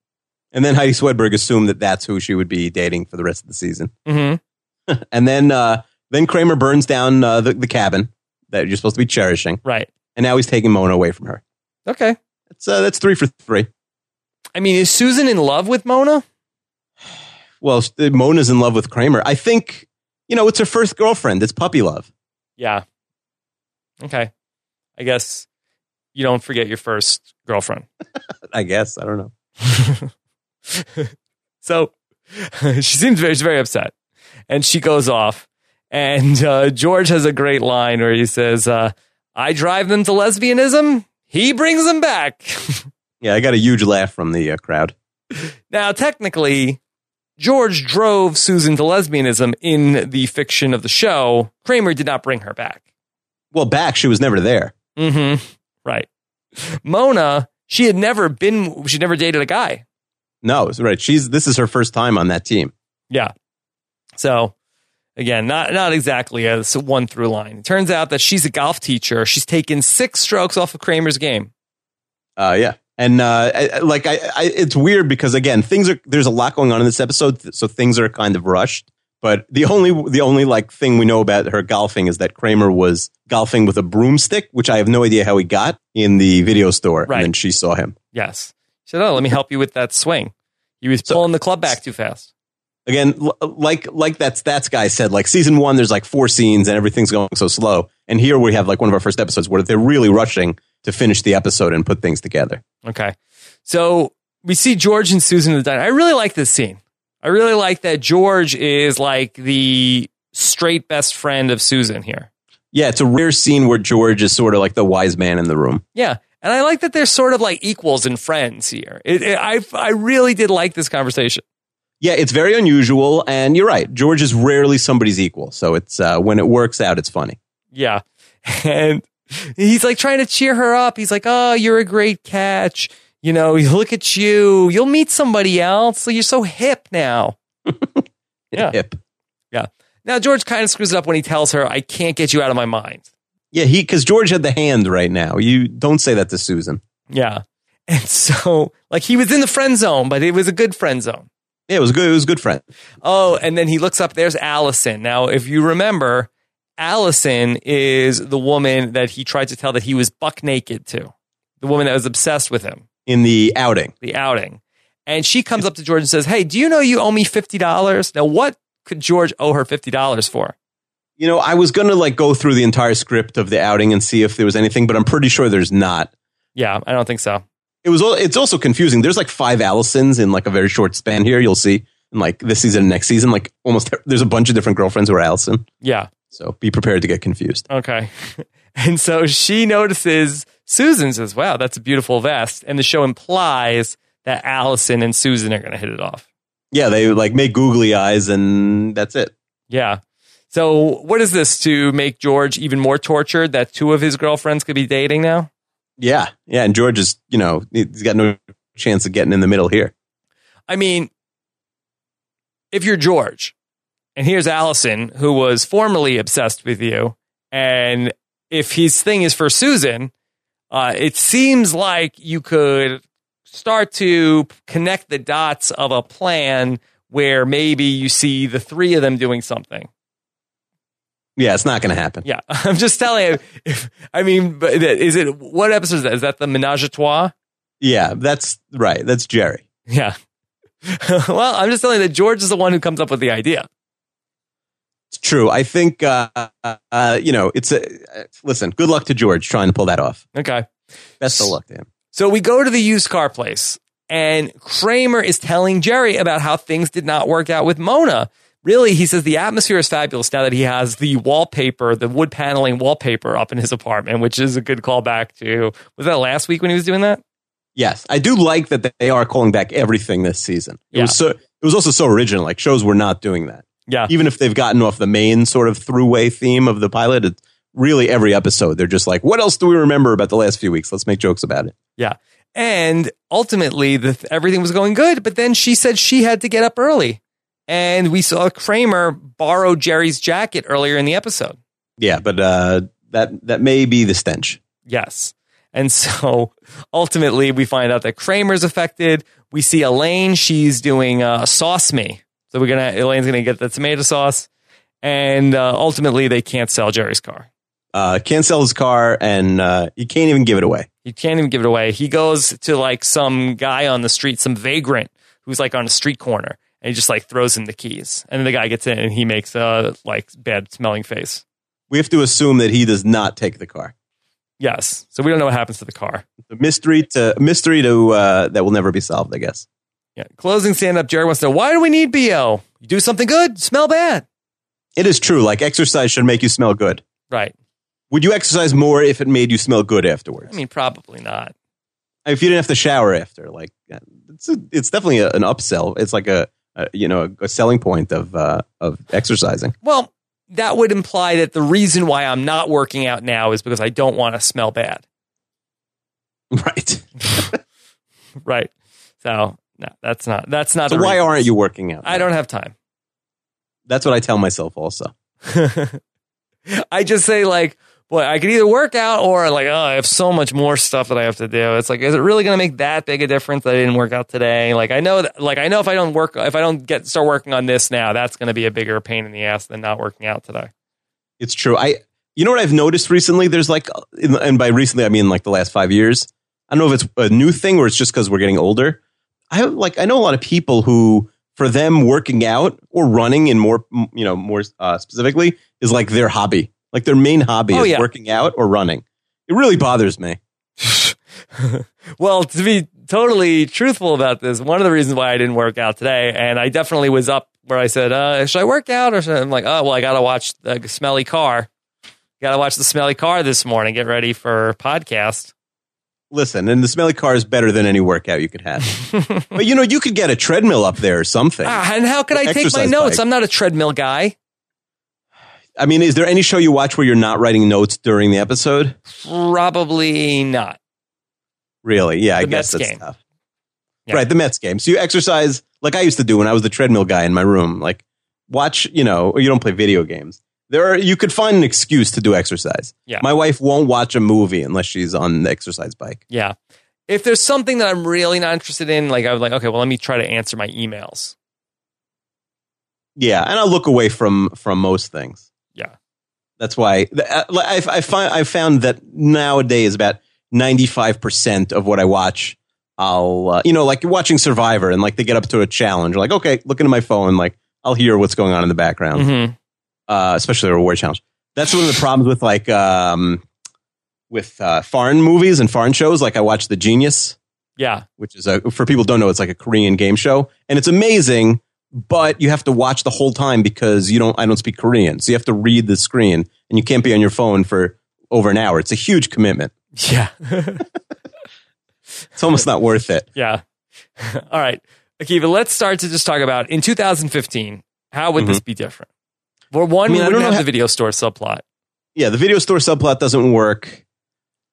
[SPEAKER 2] And then Heidi Swedberg assumed that that's who she would be dating for the rest of the season.
[SPEAKER 1] Mm-hmm.
[SPEAKER 2] And then, uh, then Kramer burns down uh, the, the cabin that you're supposed to be cherishing.
[SPEAKER 1] Right.
[SPEAKER 2] And now he's taking Mona away from her.
[SPEAKER 1] Okay.
[SPEAKER 2] That's, uh, that's three for three.
[SPEAKER 1] I mean, is Susan in love with Mona?
[SPEAKER 2] Well, Mona's in love with Kramer. I think, you know, it's her first girlfriend. It's puppy love.
[SPEAKER 1] Yeah. Okay. I guess you don't forget your first girlfriend.
[SPEAKER 2] I guess. I don't know.
[SPEAKER 1] so she seems very, she's very upset and she goes off. And uh, George has a great line where he says, uh, I drive them to lesbianism, he brings them back.
[SPEAKER 2] Yeah, I got a huge laugh from the uh, crowd.
[SPEAKER 1] now, technically, George drove Susan to lesbianism in the fiction of the show. Kramer did not bring her back.
[SPEAKER 2] Well, back, she was never there.
[SPEAKER 1] Mm hmm. Right. Mona, she had never been, she never dated a guy.
[SPEAKER 2] No, it's right. She's this is her first time on that team.
[SPEAKER 1] Yeah. So again, not not exactly a s- one through line. It turns out that she's a golf teacher. She's taken six strokes off of Kramer's game.
[SPEAKER 2] Uh, yeah, and uh, I, I- like I, I, it's weird because again, things are there's a lot going on in this episode, th- so things are kind of rushed. But the only the only like thing we know about her golfing is that Kramer was golfing with a broomstick, which I have no idea how he got in the video store,
[SPEAKER 1] Right.
[SPEAKER 2] and then she saw him.
[SPEAKER 1] Yes. She said, "Oh, let me help you with that swing." He was
[SPEAKER 2] So-
[SPEAKER 1] pulling the club back too fast.
[SPEAKER 2] again l- like like that stats guy said like season one there's like four scenes and everything's going so slow and here we have like one of our first episodes where they're really rushing to finish the episode and put things together
[SPEAKER 1] Okay. So we see George and Susan in the diner. I really like this scene. I really like that George is like the straight best friend of Susan here.
[SPEAKER 2] yeah it's a rare scene where george is sort of like the wise man in the room
[SPEAKER 1] Yeah. And I like that they're sort of like equals and friends here. It, it, I, I really did like this conversation.
[SPEAKER 2] yeah it's very unusual and you're right george is rarely somebody's equal so it's uh, when it works out it's funny
[SPEAKER 1] Yeah. And he's like trying to cheer her up. He's like, Oh, you're a great catch. You know, look at you. You'll meet somebody else. So you're so hip now. Yeah.
[SPEAKER 2] hip
[SPEAKER 1] Now, George kind of screws it up when he tells her, I can't get you out of my mind.
[SPEAKER 2] yeah he because george had the hand right now you don't say that to susan
[SPEAKER 1] Yeah. And so, like, he was in the friend zone, but it was a good friend zone.
[SPEAKER 2] yeah, it was good. It was a good friend.
[SPEAKER 1] Oh, and then he looks up. There's Allison. Now, if you remember, Allison is the woman that he tried to tell that he was buck naked to, the woman that was obsessed with him.
[SPEAKER 2] In the outing,
[SPEAKER 1] the outing. And she comes up to George and says, Hey, do you know you owe me $50? Now, what could George owe her $50 for?
[SPEAKER 2] You know, I was gonna like go through the entire script of the outing and see if there was anything, but I'm pretty sure there's not.
[SPEAKER 1] Yeah, I don't think so.
[SPEAKER 2] It was. al- It's also confusing. There's like five Allisons in like a very short span here. You'll see in like this season and next season. Like almost e-, there's a bunch of different girlfriends who are Allison.
[SPEAKER 1] Yeah,
[SPEAKER 2] So be prepared to get confused.
[SPEAKER 1] okay. and so she notices Susan says, Wow, that's a beautiful vest. And the show implies that Allison and Susan are going to hit it off.
[SPEAKER 2] Yeah, they like make googly eyes and that's it.
[SPEAKER 1] Yeah. So, what is this to make George even more tortured that two of his girlfriends could be dating now?
[SPEAKER 2] Yeah, yeah. And George is you know he's got no chance of getting in the middle here.
[SPEAKER 1] I mean, if you're George, and here's Allison, who was formerly obsessed with you, and if his thing is for Susan, uh, it seems like you could start to connect the dots of a plan where maybe you see the three of them doing something.
[SPEAKER 2] Yeah, it's not gonna happen.
[SPEAKER 1] Yeah, I'm just telling you. If, I mean, but is it what episode is that? Is that the Menage a Trois?
[SPEAKER 2] Yeah, that's right. That's Jerry.
[SPEAKER 1] Yeah. well, I'm just telling you that George is the one who comes up with the idea.
[SPEAKER 2] It's true. I think uh, uh, you know it's a uh, listen. Good luck to George trying to pull that off.
[SPEAKER 1] Okay.
[SPEAKER 2] Best of luck to him.
[SPEAKER 1] So we go to the used car place And Kramer is telling Jerry about how things did not work out with Mona. Really, he says the atmosphere is fabulous now that he has the wallpaper, the wood paneling wallpaper up in his apartment, which is a good callback to was that last week when he was doing that?
[SPEAKER 2] Yes, I do like that they are calling back everything this season. It
[SPEAKER 1] Yeah.
[SPEAKER 2] was so. It was also so original. Like shows were not doing that.
[SPEAKER 1] Yeah.
[SPEAKER 2] Even if they've gotten off the main sort of throughway theme of the pilot, it's really every episode they're just like, what else do we remember about the last few weeks? Let's make jokes about it.
[SPEAKER 1] And ultimately, the, everything was going good. But then she said she had to get up early. And we saw Kramer borrow Jerry's jacket earlier in the episode.
[SPEAKER 2] Yeah, but uh, that that may be the stench.
[SPEAKER 1] Yes. And so ultimately, we find out that Kramer's affected. We see Elaine. She's doing uh, sauce me. So we're going to, Elaine's going to get the tomato sauce. And uh, ultimately, they can't sell Jerry's car.
[SPEAKER 2] Uh, can't sell his car, and uh, he can't even give it away.
[SPEAKER 1] He can't even give it away. He goes to like some guy on the street, some vagrant who's like on a street corner, and he just like throws him the keys. And then the guy gets in and he makes a like bad smelling face.
[SPEAKER 2] We have to assume that he does not take the car.
[SPEAKER 1] Yes. So we don't know what happens to the car.
[SPEAKER 2] The mystery to mystery to uh, that will never be solved. I guess.
[SPEAKER 1] Yeah. Closing stand up, Jerry wants to know why do we need BO? You do something good, smell bad.
[SPEAKER 2] It is true. Like exercise should make you smell good.
[SPEAKER 1] Right.
[SPEAKER 2] Would you exercise more if it made you smell good afterwards?
[SPEAKER 1] I mean, probably not.
[SPEAKER 2] if you didn't have to shower after, like uh, it's a, it's definitely a, an upsell. It's like a, a you know a, selling point of uh, of exercising.
[SPEAKER 1] Well, that would imply that the reason why I'm not working out now is because I don't want to smell bad.
[SPEAKER 2] Right.
[SPEAKER 1] Right. So no, that's not that's not
[SPEAKER 2] So
[SPEAKER 1] the
[SPEAKER 2] why
[SPEAKER 1] reason.
[SPEAKER 2] aren't you working out?
[SPEAKER 1] I don't have time.
[SPEAKER 2] That's what I tell myself. Also,
[SPEAKER 1] I just say like, boy, I could either work out or like, oh, I have so much more stuff that I have to do. It's like, is it really going to make that big a difference that I didn't work out today? Like, I know, that, like, I know if I don't work, if I don't get start working on this now, that's going to be a bigger pain in the ass than not working out today.
[SPEAKER 2] it's true. I you know what I've noticed recently? There's like, and by recently I mean like the last five years. I don't know if it's a new thing or it's just because we're getting older. I have, like I know a lot of people who, for them, working out or running in more you know more uh, specifically is like their hobby. Like their main hobby
[SPEAKER 1] Oh,
[SPEAKER 2] is
[SPEAKER 1] yeah.
[SPEAKER 2] working out or running. It really bothers me.
[SPEAKER 1] well, to be totally truthful about this, one of the reasons why I didn't work out today, and I definitely was up where I said, uh, should I work out? Or should I? I'm like, oh, well, I got to watch the smelly car. Got to watch the smelly car this morning. Get ready for podcast.
[SPEAKER 2] Listen, and the smelly car is better than any workout you could have. but you know, you could get a treadmill up there or something.
[SPEAKER 1] Ah, and how could I take my
[SPEAKER 2] Exercise
[SPEAKER 1] notes?
[SPEAKER 2] bike.
[SPEAKER 1] I'm not a treadmill guy.
[SPEAKER 2] I mean, is there any show you watch where you're not writing notes during the episode?
[SPEAKER 1] Probably not.
[SPEAKER 2] Really? Yeah, I
[SPEAKER 1] The Mets
[SPEAKER 2] guess that's
[SPEAKER 1] game.
[SPEAKER 2] tough.
[SPEAKER 1] Yeah.
[SPEAKER 2] Right, the Mets game. So you exercise like I used to do when I was the treadmill guy in my room. Like watch, you know, or you don't play video games. There are you could find an excuse to do exercise.
[SPEAKER 1] Yeah.
[SPEAKER 2] My wife won't watch a movie unless she's on the exercise bike.
[SPEAKER 1] Yeah. If there's something that I'm really not interested in, like I was like, okay, well, let me try to answer my emails.
[SPEAKER 2] Yeah, and I look away from from most things.
[SPEAKER 1] Yeah.
[SPEAKER 2] That's why th- I, I, I find I found that nowadays about ninety five percent of what I watch, I'll uh, you know like you're watching Survivor and like they get up to a challenge like okay look into my phone like I'll hear what's going on in the background.
[SPEAKER 1] Mhm.
[SPEAKER 2] uh, especially the reward challenge. That's one of the problems with like um, with uh, foreign movies and foreign shows. Like I watched The Genius,
[SPEAKER 1] Yeah.
[SPEAKER 2] which is a for people who don't know, it's like a Korean game show, and it's amazing. But you have to watch the whole time because you don't. I don't speak Korean, so you have to read the screen, and you can't be on your phone for over an hour. It's a huge commitment.
[SPEAKER 1] Yeah.
[SPEAKER 2] It's almost not worth it.
[SPEAKER 1] yeah. All right. Akiva, let's start to just talk about in 2015, how would this be different? For one,
[SPEAKER 2] Mm-hmm.
[SPEAKER 1] we
[SPEAKER 2] I mean, I
[SPEAKER 1] wouldn't
[SPEAKER 2] don't know
[SPEAKER 1] have
[SPEAKER 2] how-
[SPEAKER 1] the video store subplot.
[SPEAKER 2] Yeah, the video store subplot doesn't work.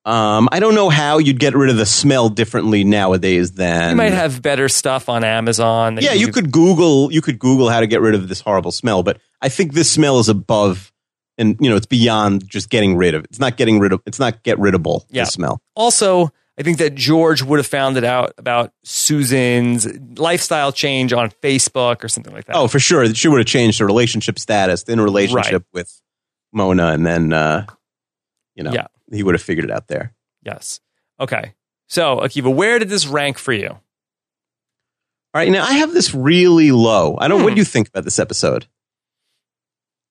[SPEAKER 2] Um, I don't know how you'd get rid of the smell differently nowadays than
[SPEAKER 1] You might have better stuff on Amazon. that
[SPEAKER 2] yeah, you could Google you could Google how to get rid of this horrible smell, but I think this smell is above and you know it's beyond just getting rid of. It's not getting rid of. It's not get riddable.
[SPEAKER 1] Yeah.
[SPEAKER 2] The smell.
[SPEAKER 1] also, I think that George would have found it out about Susan's lifestyle change on Facebook or something like that.
[SPEAKER 2] Oh, for sure. She would have changed her relationship status in a relationship with Mona, and then uh, you know
[SPEAKER 1] Yeah.
[SPEAKER 2] he would have figured it out there.
[SPEAKER 1] yes. Okay. So, Akiva, where did this rank for you?
[SPEAKER 2] All right, now I have this really low. I don't. What
[SPEAKER 1] Hmm.
[SPEAKER 2] do you think about this episode?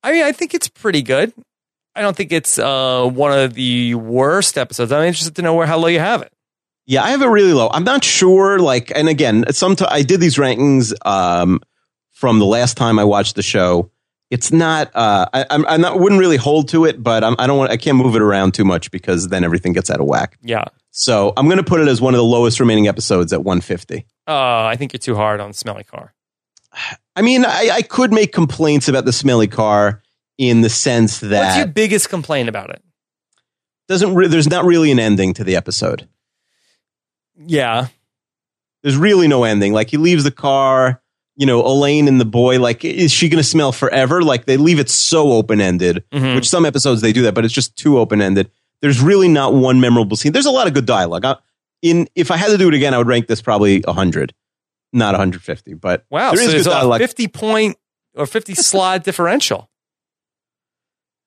[SPEAKER 1] I mean, I think it's pretty good. I don't think it's uh, one of the worst episodes. I'm interested to know where how low you have it.
[SPEAKER 2] Yeah, I have it really low. I'm not sure. Like, and again, some I did these rankings um, from the last time I watched the show. It's not. Uh, I, I'm, I'm not. Wouldn't really hold to it, but I'm, I don't want. I can't move it around too much because then everything gets out of whack.
[SPEAKER 1] Yeah.
[SPEAKER 2] So I'm going to put it as one of the lowest remaining episodes at 150.
[SPEAKER 1] Oh, I think you're too hard on Smelly Car.
[SPEAKER 2] I mean, I, I could make complaints about the smelly car in the sense
[SPEAKER 1] What's your
[SPEAKER 2] that
[SPEAKER 1] biggest complaint about it?
[SPEAKER 2] doesn't. Re- there's not really an ending to the episode.
[SPEAKER 1] Yeah.
[SPEAKER 2] There's really no ending. Like he leaves the car, you know, Elaine and the boy. Like, is she going to smell forever? Like they leave it so open ended,
[SPEAKER 1] Mhm.
[SPEAKER 2] which some episodes they do that, but it's just too open ended. There's really not one memorable scene. There's a lot of good dialogue. I, in if I had to do it again, I would rank this probably 100, not 150. But
[SPEAKER 1] Wow.
[SPEAKER 2] there
[SPEAKER 1] so
[SPEAKER 2] is
[SPEAKER 1] there's
[SPEAKER 2] good
[SPEAKER 1] a
[SPEAKER 2] dialogue.
[SPEAKER 1] 50 point or 50 slot differential.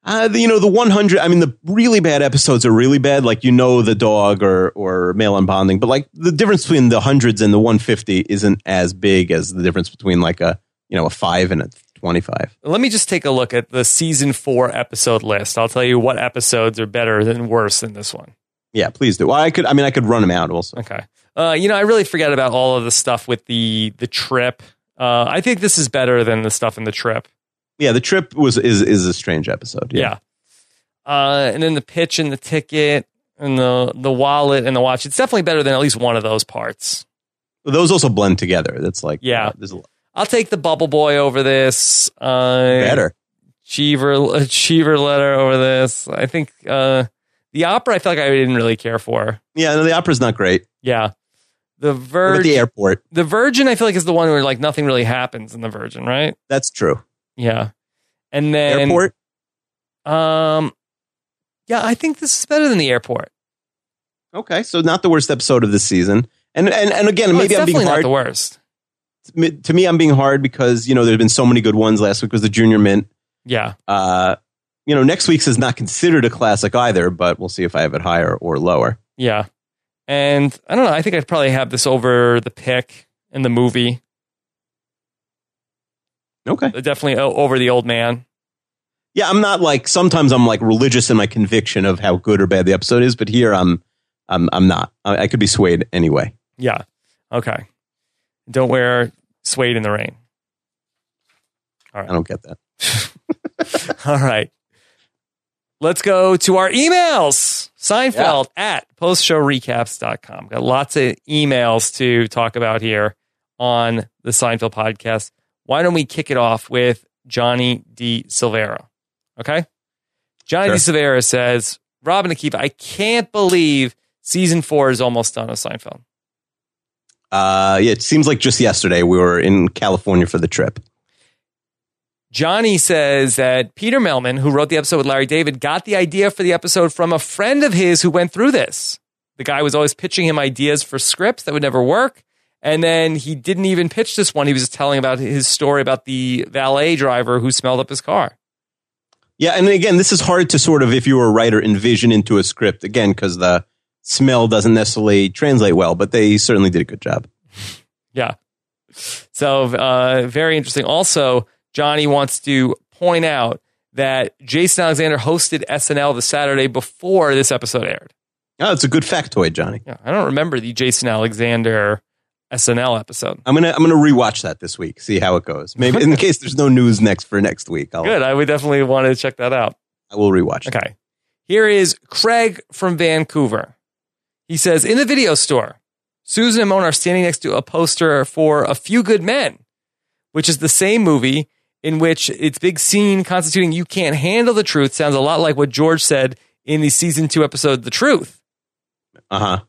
[SPEAKER 2] Uh, the, you know the 100. I mean, the really bad episodes are really bad. Like you know the dog or or male unbonding, but like the difference between the hundreds and the 150 isn't as big as the difference between like a you know a five and a 25.
[SPEAKER 1] Let me just take a look at the season four episode list. I'll tell you what episodes are better than worse than this one.
[SPEAKER 2] Yeah, please do. Well, I could. I mean, I could run them out also.
[SPEAKER 1] Okay. Uh, you know, I really forget about all of the stuff with the the trip. Uh, I think this is better than the stuff in the trip.
[SPEAKER 2] Yeah, the trip was is is a strange episode.
[SPEAKER 1] Yeah. Uh, and then the pitch and the ticket and the the wallet and the watch. It's definitely better than at least one of those parts.
[SPEAKER 2] those also blend together. That's like
[SPEAKER 1] Yeah.
[SPEAKER 2] uh, there's a lot
[SPEAKER 1] I'll take the bubble boy over this. Uh,
[SPEAKER 2] better.
[SPEAKER 1] Cheever Cheever letter over this. I think uh, the opera. I feel like I didn't really care for.
[SPEAKER 2] Yeah, no, the opera's not great.
[SPEAKER 1] Yeah. The
[SPEAKER 2] But
[SPEAKER 1] Virgin,
[SPEAKER 2] the
[SPEAKER 1] the,
[SPEAKER 2] airport,
[SPEAKER 1] Virgin, I feel like is the one where like nothing really happens in the Virgin, right?
[SPEAKER 2] that's true.
[SPEAKER 1] Yeah, and then
[SPEAKER 2] airport.
[SPEAKER 1] Um, yeah, I think this is better than the airport.
[SPEAKER 2] Okay, so not the worst episode of the season. And and and again,
[SPEAKER 1] Oh, it's
[SPEAKER 2] maybe I'm being
[SPEAKER 1] definitely
[SPEAKER 2] hard.
[SPEAKER 1] not the worst.
[SPEAKER 2] me- to me, I'm being hard because you know there've been so many good ones. Last week was the Junior Mint.
[SPEAKER 1] Yeah,
[SPEAKER 2] Uh, you know, next week's is not considered a classic either, but we'll see if I have it higher or lower.
[SPEAKER 1] yeah, and I don't know. I think I'd probably have this over the pick and the movie.
[SPEAKER 2] Okay.
[SPEAKER 1] Definitely o- over the old man.
[SPEAKER 2] Yeah, I'm not like sometimes I'm like religious in my conviction of how good or bad the episode is, but here I'm, I'm, I'm not. I, I could be swayed anyway.
[SPEAKER 1] Yeah. Okay. Don't wear suede in the rain.
[SPEAKER 2] I don't get that.
[SPEAKER 1] All right. Let's go to our emails. Seinfeld at postshowrecaps.com. Got lots of emails to talk about here on the Seinfeld podcast. Why don't we kick it off with Johnny D. Silvera? Okay. Johnny D. Silvera says, Robin Akiva, I can't believe season four is almost done of Seinfeld.
[SPEAKER 2] Uh, yeah, it seems like just yesterday we were in California for the trip.
[SPEAKER 1] Johnny says that Peter Melman, who wrote the episode with Larry David, got the idea for the episode from a friend of his who went through this. The guy was always pitching him ideas for scripts that would never work. And then he didn't even pitch this one. He was just telling about his story about the valet driver who smelled up his car.
[SPEAKER 2] Yeah, and again, this is hard to sort of, if you were a writer, envision into a script again because the smell doesn't necessarily translate well, but they certainly did a good job.
[SPEAKER 1] So, uh, very interesting. Also, Johnny wants to point out that Jason Alexander hosted SNL the Saturday before this episode aired.
[SPEAKER 2] Oh, it's a good factoid, Johnny.
[SPEAKER 1] Yeah, I don't remember the Jason Alexander SNL episode.
[SPEAKER 2] I'm gonna I'm gonna rewatch that this week, see how it goes. Maybe in case there's no news next for next week, I'll
[SPEAKER 1] Good. I would definitely want to check that out.
[SPEAKER 2] I will rewatch. it.
[SPEAKER 1] Okay. Here is Craig from Vancouver. He says In the video store, Susan and Mona are standing next to a poster for A Few Good Men, which is the same movie in which its big scene constituting You Can't Handle the Truth sounds a lot like what George said in the season two episode, The Truth.
[SPEAKER 2] Uh huh.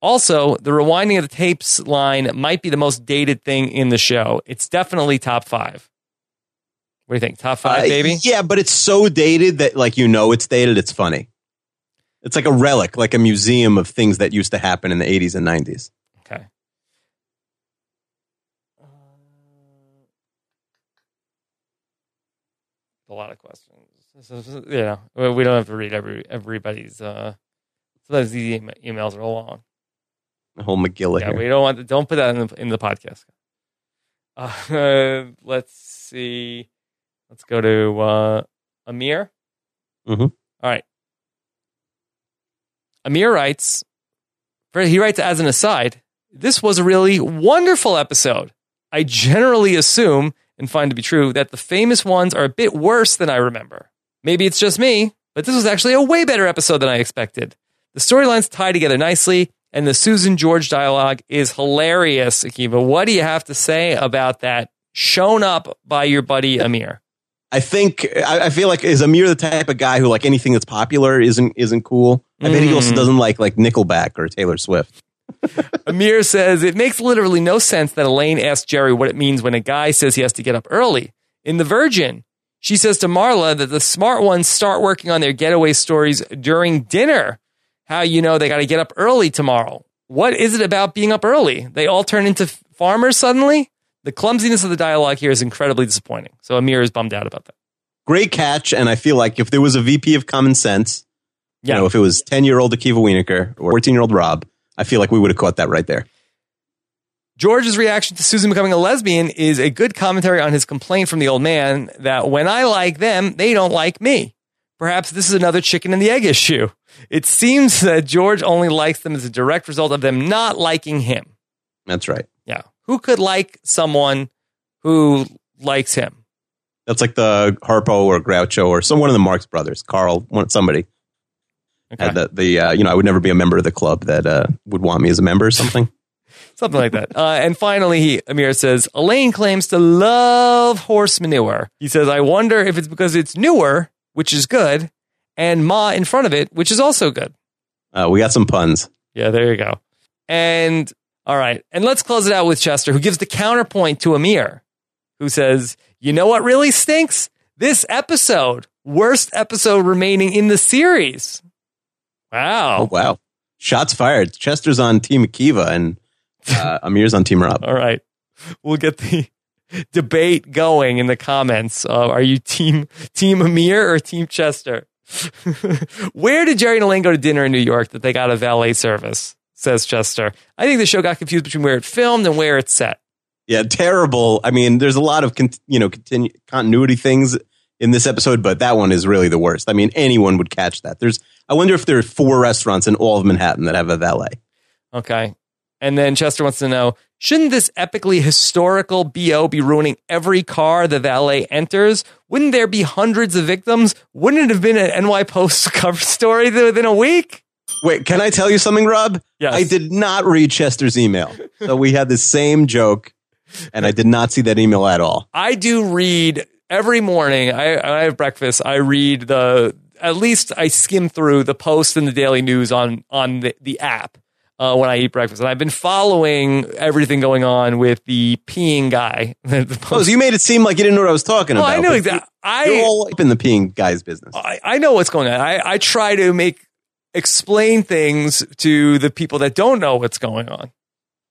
[SPEAKER 1] Also, the rewinding of the tapes line might be the most dated thing in the show. It's definitely top five. What do you think? Top five, baby?
[SPEAKER 2] Uh, Yeah, but it's so dated that like you know it's dated. It's funny. It's like a relic, like a museum of things that used to happen in the 80s and 90s.
[SPEAKER 1] Okay. Uh, A lot of questions. So, so, yeah, we we don't have to read every everybody's. Uh, sometimes these em- emails are long.
[SPEAKER 2] The whole McGillah
[SPEAKER 1] Yeah,
[SPEAKER 2] here.
[SPEAKER 1] we don't want. To, don't put that in the, in the podcast. Uh, let's see. Let's go to uh, Amir.
[SPEAKER 2] Mhm.
[SPEAKER 1] All right. Amir writes For- He writes, as an aside, this was a really wonderful episode. I generally assume and find to be true that the famous ones are a bit worse than I remember. Maybe it's just me, but this was actually a way better episode than I expected. The storylines tie together nicely, and the Susan George dialogue is hilarious, Akiva. What do you have to say about that? Shown up by your buddy Amir.
[SPEAKER 2] I think I, I feel like is Amir the type of guy who like anything that's popular isn't isn't cool. I bet he also
[SPEAKER 1] Mm.
[SPEAKER 2] doesn't like like Nickelback or Taylor Swift.
[SPEAKER 1] Amir says it makes literally no sense that Elaine asks Jerry what it means when a guy says he has to get up early. In The Virgin, she says to Marla that the smart ones start working on their getaway stories during dinner. How you know they got to get up early tomorrow? What is it about being up early? They all turn into f- farmers suddenly. The clumsiness of the dialogue here is incredibly disappointing. So Amir is bummed out about that.
[SPEAKER 2] Great catch, and I feel like if there was a VP of common sense,
[SPEAKER 1] Yeah.
[SPEAKER 2] you know, if it was ten year old Akiva Wienerker or fourteen year old Rob, I feel like we would have caught that right there.
[SPEAKER 1] George's reaction to Susan becoming a lesbian is a good commentary on his complaint from the old man that when I like them, they don't like me. Perhaps this is another chicken and the egg issue. It seems that George only likes them as a direct result of them not liking him.
[SPEAKER 2] That's right.
[SPEAKER 1] Yeah. Who could like someone who likes him?
[SPEAKER 2] That's like the Harpo or Groucho or some one of the Marx brothers, Carl, one, somebody
[SPEAKER 1] Okay.
[SPEAKER 2] had the, the uh, you know I would never be a member of the club that uh, would want me as a member or something.
[SPEAKER 1] Something like that. Uh, and finally, he, Amir says, Elaine claims to love horse manure. He says, I wonder if it's because it's newer, which is good, and ma in front of it, which is also good.
[SPEAKER 2] Uh, we got some puns.
[SPEAKER 1] Yeah, there you go. And all right, and let's close it out with Chester, who gives the counterpoint to Amir, who says, "You know what really stinks? This episode, worst episode remaining in the series."
[SPEAKER 2] Oh
[SPEAKER 1] Wow.
[SPEAKER 2] wow! Shots fired. Chester's on Team Akiva and uh, Amir's on Team Rob.
[SPEAKER 1] All right, we'll get the debate going in the comments. Uh, are you team team Amir or team Chester? Where did Jerry and Elaine go to dinner in New York that they got a valet service? Says Chester. I think the show got confused between where it filmed and where it's set.
[SPEAKER 2] Yeah, terrible. I mean, there's a lot of con- you know continu- continuity things in this episode, but that one is really the worst. I mean, anyone would catch that. There's. I wonder if there are four restaurants in all of Manhattan that have a valet.
[SPEAKER 1] Okay. And then Chester wants to know shouldn't this epically historical BO be ruining every car the valet enters? Wouldn't there be hundreds of victims? Wouldn't it have been an NY Post cover story within a week?
[SPEAKER 2] Wait, can I tell you something, Rob?
[SPEAKER 1] Yes.
[SPEAKER 2] I did not read Chester's email. So we had the same joke, and I did not see that email at all.
[SPEAKER 1] I do read every morning. I, I have breakfast. I read the at least I skim through the Post and the Daily News on on the, the app uh, when I eat breakfast. And I've been following everything going on with the peeing guy. the
[SPEAKER 2] Oh, so you made it seem like you didn't know what I was talking
[SPEAKER 1] Oh,
[SPEAKER 2] about.
[SPEAKER 1] I know
[SPEAKER 2] but
[SPEAKER 1] exactly. I
[SPEAKER 2] You're all up in the peeing guy's business.
[SPEAKER 1] I, I know what's going on. I, I try to make explain things to the people that don't know what's going on.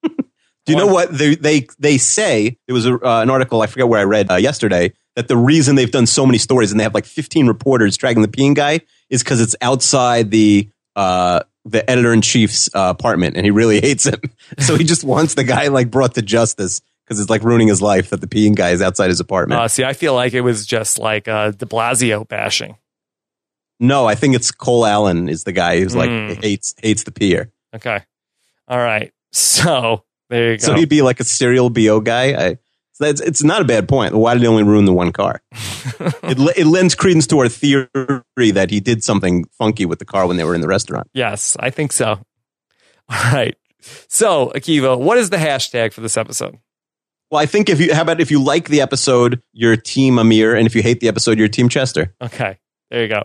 [SPEAKER 2] Do you know what they they they say? There was a, uh, an article I forget where I read uh, yesterday that the reason they've done so many stories and they have like 15 reporters tracking the peeing guy is because it's outside the uh, the editor in chief's uh, apartment and he really hates him, so he just wants the guy like brought to justice because it's like ruining his life that the peeing guy is outside his apartment.
[SPEAKER 1] Uh, see, I feel like it was just like uh, De Blasio bashing.
[SPEAKER 2] no, I think it's Cole Allen is the guy who's like
[SPEAKER 1] Mm.
[SPEAKER 2] hates hates the peer,
[SPEAKER 1] Okay, all right. So there you go.
[SPEAKER 2] so he'd be like a serial bo guy. I, so that's, it's not a bad point. Why did he only ruin the one car? it, l- it lends credence to our theory that he did something funky with the car when they were in the restaurant.
[SPEAKER 1] yes, I think so. All right. So Akiva, what is the hashtag for this episode?
[SPEAKER 2] Well, I think if you, how about if you like the episode, you're Team Amir, and if you hate the episode, you're Team Chester.
[SPEAKER 1] Okay. There you go.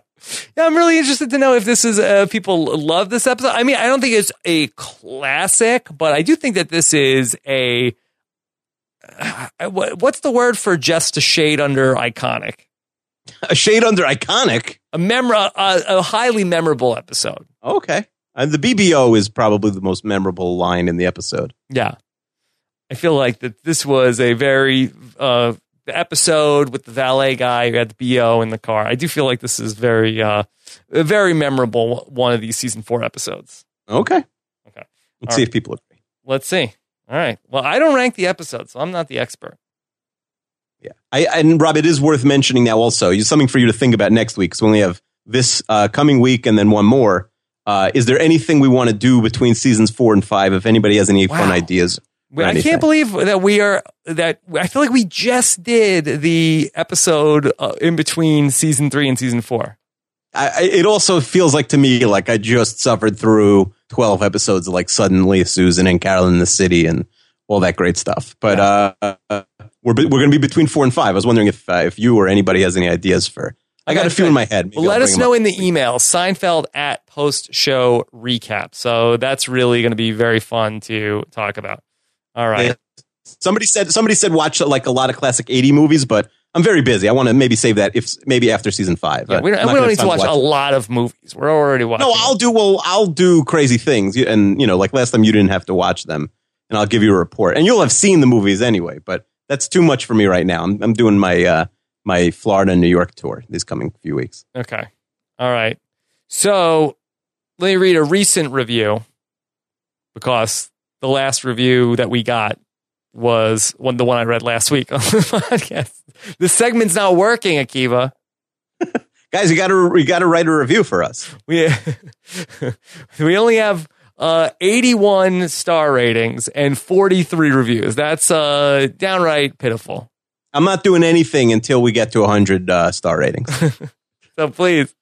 [SPEAKER 1] Yeah, I'm really interested to know if this is uh, people love this episode. I mean, I don't think it's a classic, but I do think that this is a uh, what- what's the word for just a shade under iconic,
[SPEAKER 2] A shade under iconic.
[SPEAKER 1] a memor a, a highly memorable episode.
[SPEAKER 2] Okay. And the BBO is probably the most memorable line in the episode.
[SPEAKER 1] Yeah, I feel like that this was a very uh, the episode with the valet guy who had the bo in the car. I do feel like this is very uh, a very memorable one of these season four episodes.
[SPEAKER 2] Okay. Okay. Let's
[SPEAKER 1] All
[SPEAKER 2] see
[SPEAKER 1] right.
[SPEAKER 2] if people agree.
[SPEAKER 1] Let's see. All right. Well, I don't rank the episodes, so I'm not the expert.
[SPEAKER 2] I, and Rob, it is worth mentioning now also. It's something for you to think about next week. So we only have this uh, coming week and then one more. uh, is there anything we want to do between seasons four and five? If anybody has any fun
[SPEAKER 1] Wow.
[SPEAKER 2] ideas,
[SPEAKER 1] We-
[SPEAKER 2] or
[SPEAKER 1] I
[SPEAKER 2] anything.
[SPEAKER 1] can't believe that we are that I feel like we just did the episode uh, in between season 3 and season 4.
[SPEAKER 2] I, I- it also feels like to me like I just suffered through 12 episodes of like suddenly Susan and Carol in the city and all that great stuff. But uh, uh, we're be- we're going to be between four and five. I was wondering if uh, if you or anybody has any ideas for. I got a
[SPEAKER 1] Okay,
[SPEAKER 2] few in
[SPEAKER 1] good.
[SPEAKER 2] my head. Maybe
[SPEAKER 1] Well,
[SPEAKER 2] I'll
[SPEAKER 1] let
[SPEAKER 2] bring
[SPEAKER 1] us
[SPEAKER 2] them
[SPEAKER 1] know
[SPEAKER 2] up.
[SPEAKER 1] in the email Seinfeld at post show recap. So that's really going to be very fun to talk about. All right.
[SPEAKER 2] Yeah. Somebody said somebody said watch like a lot of classic 80 movies, but I'm very busy. I want to maybe save that if maybe after season five.
[SPEAKER 1] Yeah, we don't, we
[SPEAKER 2] I'm not gonna
[SPEAKER 1] don't need
[SPEAKER 2] have
[SPEAKER 1] to
[SPEAKER 2] time
[SPEAKER 1] watch, a lot of movies. We're already watching.
[SPEAKER 2] No, I'll do well. I'll do crazy things, You- and you know, like last time you didn't have to watch them, and I'll give you a report, and you'll have seen the movies anyway. But that's too much for me right now. I'm, I'm doing my uh, my Florida and New York tour these coming few weeks.
[SPEAKER 1] Okay. All right. So let me read a recent review because the last review that we got was one the one I read last week on the podcast. The segment's not working, Akiva.
[SPEAKER 2] Guys, you got to you got to write a review for us.
[SPEAKER 1] We we only have uh, 81 star ratings and 43 reviews. That's uh, downright pitiful.
[SPEAKER 2] I'm not doing anything until we get to 100 uh, star ratings.
[SPEAKER 1] So please,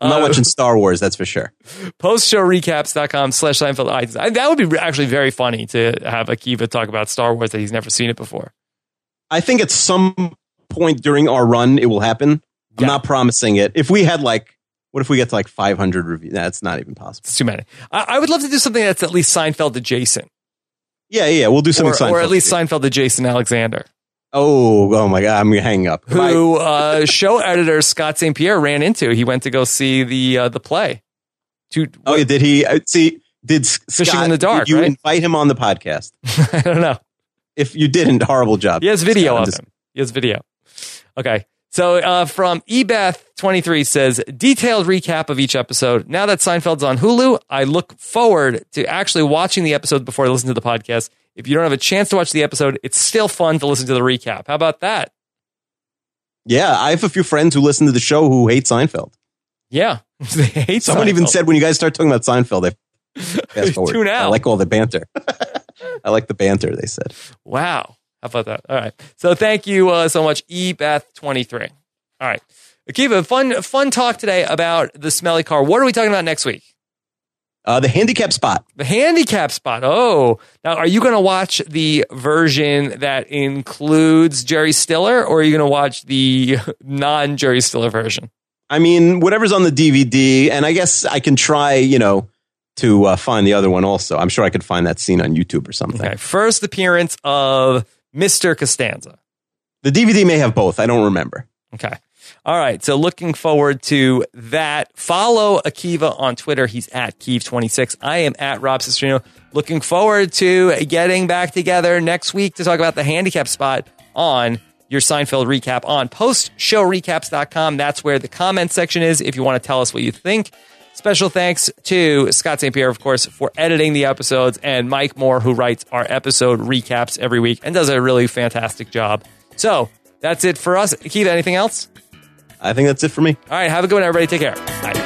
[SPEAKER 2] I'm not
[SPEAKER 1] uh,
[SPEAKER 2] watching Star Wars, that's for sure.
[SPEAKER 1] postshowrecaps.com slash Seinfeld iTunes. I, that would be re- actually very funny to have Akiva talk about Star Wars that he's never seen it before.
[SPEAKER 2] I think at some point during our run, it will happen.
[SPEAKER 1] Yeah.
[SPEAKER 2] I'm not promising it. If we had like, what if we get to like 500 reviews? That's not even possible.
[SPEAKER 1] It's too many. I, I would love to do something that's at least Seinfeld adjacent,
[SPEAKER 2] Yeah, yeah, we'll do something.
[SPEAKER 1] or, or at
[SPEAKER 2] Seinfeld.
[SPEAKER 1] least Seinfeld adjacent Alexander,
[SPEAKER 2] Oh, oh my God! I'm hanging up. My-
[SPEAKER 1] who uh, show editor Scott St. Pierre ran into. He went to go see the uh, the play. To,
[SPEAKER 2] oh, yeah, did he uh, see? Did S-
[SPEAKER 1] Fishing
[SPEAKER 2] Scott,
[SPEAKER 1] in the dark,
[SPEAKER 2] Did you
[SPEAKER 1] right?
[SPEAKER 2] invite him on the podcast?
[SPEAKER 1] I don't know.
[SPEAKER 2] If you didn't, horrible job.
[SPEAKER 1] He has video
[SPEAKER 2] Scott, I'm
[SPEAKER 1] of
[SPEAKER 2] just-
[SPEAKER 1] him. He has video. Okay. So uh, from eBeth23 says, detailed recap of each episode. Now that Seinfeld's on Hulu, I look forward to actually watching the episode before I listen to the podcast. If you don't have a chance to watch the episode, it's still fun to listen to the recap. How about that?
[SPEAKER 2] Yeah, I have a few friends who listen to the show who hate Seinfeld.
[SPEAKER 1] Yeah. they hate
[SPEAKER 2] Someone even
[SPEAKER 1] Seinfeld.
[SPEAKER 2] said when you guys start talking about Seinfeld, they fast forward.
[SPEAKER 1] Tune out.
[SPEAKER 2] I like all the banter. I like the banter. They said.
[SPEAKER 1] Wow. How about that? All right. So thank you uh, so much, eBeth23. All right. Akiva, fun, fun talk today about the smelly car. What are we talking about next week?
[SPEAKER 2] Uh, the handicap spot.
[SPEAKER 1] The handicap spot. Oh, now are you going to watch the version that includes Jerry Stiller, or are you going to watch the non-Jerry Stiller version?
[SPEAKER 2] I mean, whatever's on the DVD, and I guess I can try, you know, to uh, find the other one also. I'm sure I could find that scene on YouTube or something.
[SPEAKER 1] Okay, first appearance of Mister Costanza.
[SPEAKER 2] The DVD may have both. I don't remember.
[SPEAKER 1] Okay, all right. So looking forward to that. Follow Akiva on Twitter. He's at Keeve26. I am at Rob Sestrino. Looking forward to getting back together next week to talk about the handicap spot on your Seinfeld recap on postshowrecaps.com. That's where the comment section is if you want to tell us what you think. Special thanks to Scott St. Pierre, of course, for editing the episodes, and Mike Moore, who writes our episode recaps every week and does a really fantastic job. So that's it for us. Keith, anything else?
[SPEAKER 2] I think that's it for me.
[SPEAKER 1] All right, have a good one, everybody. Take care. Bye.